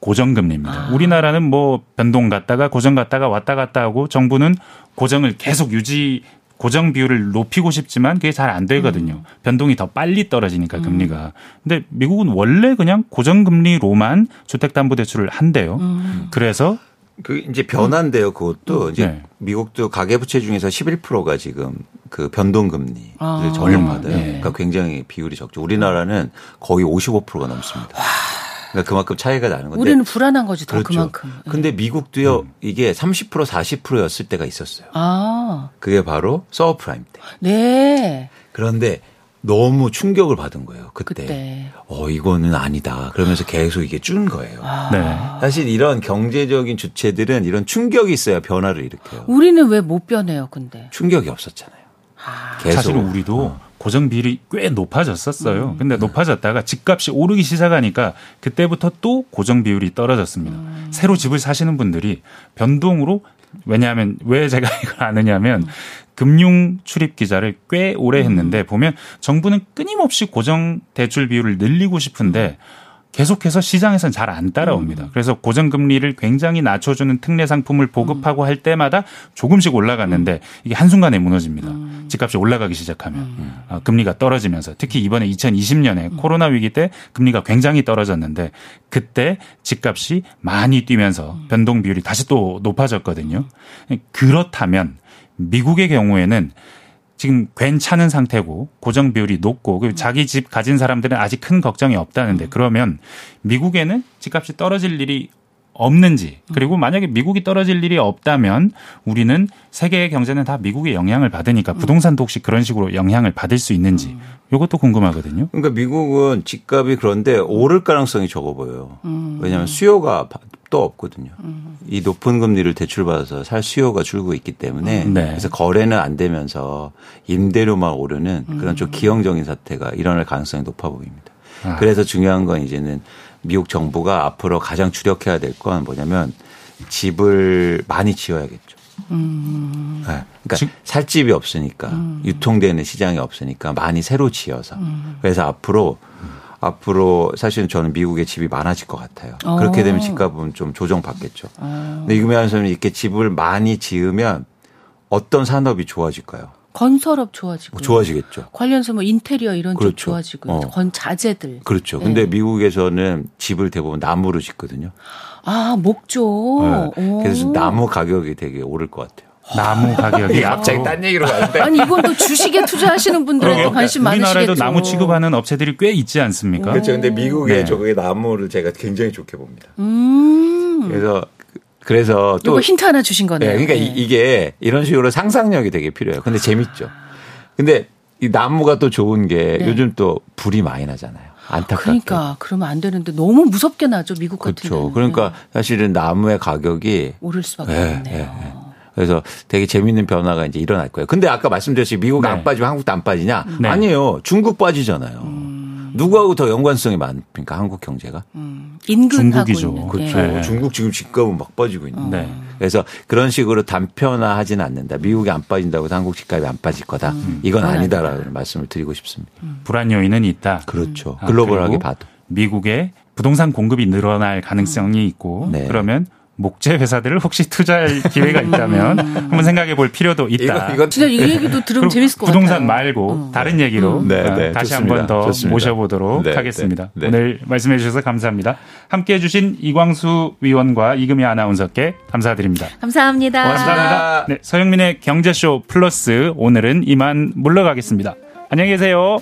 Speaker 2: 고정금리입니다. 우리나라는 뭐 변동 갔다가 고정 갔다가 왔다 갔다 하고 정부는 고정을 계속 유지 고정 비율을 높이고 싶지만 그게 잘 안 되거든요. 변동이 더 빨리 떨어지니까 금리가. 근데 미국은 원래 그냥 고정 금리로만 주택 담보 대출을 한대요.
Speaker 4: 음.
Speaker 2: 그래서
Speaker 3: 그 이제 변화인데요. 그것도 이제
Speaker 2: 네.
Speaker 3: 미국도 가계부채 중에서 11%가 지금 그 변동금리를
Speaker 4: 아.
Speaker 3: 적용받아요.
Speaker 4: 네.
Speaker 3: 그러니까 굉장히 비율이 적죠. 우리나라는 거의 55%가 넘습니다. 그러니까 그만큼 차이가 나는 건데.
Speaker 4: 우리는 불안한 거지 더
Speaker 3: 그렇죠.
Speaker 4: 그만큼. 예.
Speaker 3: 근데 미국도요 이게 30% 40%였을 때가 있었어요.
Speaker 4: 아,
Speaker 3: 그게 바로 서브프라임 때.
Speaker 4: 네.
Speaker 3: 그런데 너무 충격을 받은 거예요. 그때.
Speaker 4: 그때.
Speaker 3: 어 이거는 아니다. 그러면서 계속 이게 준 거예요.
Speaker 4: 아.
Speaker 2: 네.
Speaker 3: 사실 이런 경제적인 주체들은 이런 충격이 있어야 변화를 일으켜요.
Speaker 4: 우리는 왜 못 변해요, 근데?
Speaker 3: 충격이 없었잖아요. 계속. 어.
Speaker 2: 사실 우리도 고정 비율이 꽤
Speaker 3: 음.
Speaker 2: 높아졌었어요.
Speaker 3: 네.
Speaker 2: 근데 높아졌다가 집값이 오르기 시작하니까 그때부터 또 고정 비율이 떨어졌습니다.
Speaker 3: 음.
Speaker 2: 새로 집을 사시는 분들이 변동으로 왜냐하면 왜 제가 이걸 아느냐면 금융 출입 기자를 꽤 오래
Speaker 3: 음.
Speaker 2: 했는데 보면 정부는 끊임없이 고정 대출 비율을 늘리고 싶은데 계속해서 시장에서는 잘 안 따라옵니다. 그래서 고정금리를 굉장히 낮춰주는 특례 상품을 보급하고 할 때마다 조금씩 올라갔는데 이게 한순간에 무너집니다. 집값이 올라가기 시작하면. 아, 금리가 떨어지면서 특히 이번에 2020년에 코로나 위기 때 금리가 굉장히 떨어졌는데 그때 집값이 많이 뛰면서 변동 비율이 다시 또 높아졌거든요. 그렇다면 미국의 경우에는 지금 괜찮은 상태고 고정 비율이 높고 그리고 자기 집 가진 사람들은 아직 큰 걱정이 없다는데 그러면 미국에는 집값이 떨어질 일이 없는지 그리고 만약에 미국이 떨어질 일이 없다면 우리는 세계의 경제는 다 미국의 영향을 받으니까 부동산도 혹시 그런 식으로 영향을 받을 수 있는지 이것도 궁금하거든요.
Speaker 3: 그러니까 미국은 집값이 그런데 오를 가능성이 적어 보여요. 왜냐하면 수요가 바- 또 없거든요. 이 높은 금리를 대출받아서 살 수요가 줄고 있기 때문에
Speaker 2: 음. 네.
Speaker 3: 그래서 거래는 안 되면서 임대료만 오르는 그런 좀 기형적인 사태가 일어날 가능성이 높아 보입니다.
Speaker 2: 아.
Speaker 3: 그래서 중요한 건 이제는 미국 정부가 앞으로 가장 주력해야 될 건 뭐냐면 집을 많이 지어야겠죠.
Speaker 4: 음.
Speaker 3: 네. 그러니까
Speaker 2: 즉-
Speaker 3: 살 집이 없으니까 유통되는 시장이 없으니까 많이 새로 지어서
Speaker 4: 음.
Speaker 3: 그래서 앞으로 앞으로 사실 저는 미국의 집이 많아질 것 같아요.
Speaker 4: 어.
Speaker 3: 그렇게 되면 집값은 좀 조정받겠죠. 근데 이금면에서는 이렇게 집을 많이 지으면 어떤 산업이 좋아질까요?
Speaker 4: 건설업 좋아지고.
Speaker 3: 뭐 좋아지겠죠.
Speaker 4: 관련해서 뭐 인테리어 이런
Speaker 3: 그렇죠.
Speaker 4: 쪽 좋아지고.
Speaker 3: 어.
Speaker 4: 건 자재들.
Speaker 3: 그렇죠.
Speaker 4: 네.
Speaker 3: 근데 미국에서는 집을 대부분 나무로 짓거든요.
Speaker 4: 아, 목조.
Speaker 3: 네. 그래서
Speaker 4: 어. 오.
Speaker 3: 나무 가격이 되게 오를 것 같아요. 아,
Speaker 2: 나무 가격이
Speaker 6: 갑자기
Speaker 2: 앞으로
Speaker 6: 딴 얘기로 가는데
Speaker 4: 아니, 이건 또 주식에 투자하시는 분들은 또
Speaker 2: 그러게요.
Speaker 4: 관심 많으시겠죠.
Speaker 2: 우리나라에도 나무 취급하는 업체들이 꽤 있지 않습니까?
Speaker 6: 그렇죠. 근데 미국의
Speaker 2: 네.
Speaker 6: 저게 나무를 제가 굉장히 좋게 봅니다.
Speaker 4: 음.
Speaker 3: 그래서 그래서 또
Speaker 4: 이거 힌트 하나 주신
Speaker 3: 네,
Speaker 4: 거네요.
Speaker 3: 그러니까
Speaker 4: 네. 아.
Speaker 3: 이, 게 이런 식으로 상상력이 되게 필요해요. 근데 재밌죠. 근데 이 나무가 또 좋은 게 요즘 또 불이 많이 나잖아요. 안타깝게.
Speaker 4: 네. 그러니까 그러면 안 되는데 너무 무섭게 나죠 미국 같은
Speaker 3: 그렇죠.
Speaker 4: 데는.
Speaker 3: 그러니까 사실은 나무의 가격이
Speaker 4: 네. 오를 수밖에
Speaker 3: 예, 예,
Speaker 4: 없네요.
Speaker 3: 예. 그래서 되게 재밌는 변화가 이제 일어날 거예요. 근데 아까 말씀드렸듯이 미국 안
Speaker 2: 네.
Speaker 3: 빠지면 한국도 안 빠지냐?
Speaker 2: 네.
Speaker 3: 아니에요. 중국 빠지잖아요. 누구하고 더 연관성이 많습니까? 한국 경제가?
Speaker 4: 음, 인근하고
Speaker 2: 중국이죠.
Speaker 4: 있는.
Speaker 2: 그렇죠.
Speaker 4: 예.
Speaker 2: 네.
Speaker 3: 중국 지금 집값은 막 빠지고 있는.
Speaker 2: 네.
Speaker 3: 그래서 그런 식으로 단편화하지는 않는다. 미국이 안 빠진다고 해서 한국 집값이 안 빠질 거다.
Speaker 2: 음.
Speaker 3: 이건
Speaker 4: 그건
Speaker 3: 아니다라는 말씀을 드리고 싶습니다.
Speaker 2: 불안 요인은 있다.
Speaker 3: 그렇죠.
Speaker 2: 음. 아,
Speaker 3: 글로벌하게
Speaker 2: 그리고
Speaker 3: 봐도.
Speaker 2: 미국의 부동산 공급이 늘어날
Speaker 4: 음.
Speaker 2: 가능성이 있고
Speaker 3: 네.
Speaker 2: 그러면 목재 회사들을 혹시 투자할 기회가 있다면 한번 생각해 볼 필요도 있다.
Speaker 3: 이거 이건
Speaker 4: 진짜 이 얘기도
Speaker 2: 그럼
Speaker 4: 들으면 음. 재밌을 것
Speaker 2: 부동산
Speaker 4: 같아요. 어.
Speaker 2: 말고 다른 얘기로
Speaker 3: 음. 네,
Speaker 2: 어,
Speaker 3: 네,
Speaker 2: 다시
Speaker 3: 좋습니다.
Speaker 2: 한번 더
Speaker 3: 좋습니다.
Speaker 2: 모셔보도록
Speaker 3: 네,
Speaker 2: 하겠습니다.
Speaker 3: 네, 네.
Speaker 2: 오늘 말씀해 주셔서 감사합니다. 함께해 주신 이광수 위원과 이금희 아나운서께 감사드립니다.
Speaker 4: 감사합니다.
Speaker 2: 감사합니다. 네, 서영민의 경제쇼 플러스 오늘은 이만 물러가겠습니다. 안녕히 계세요.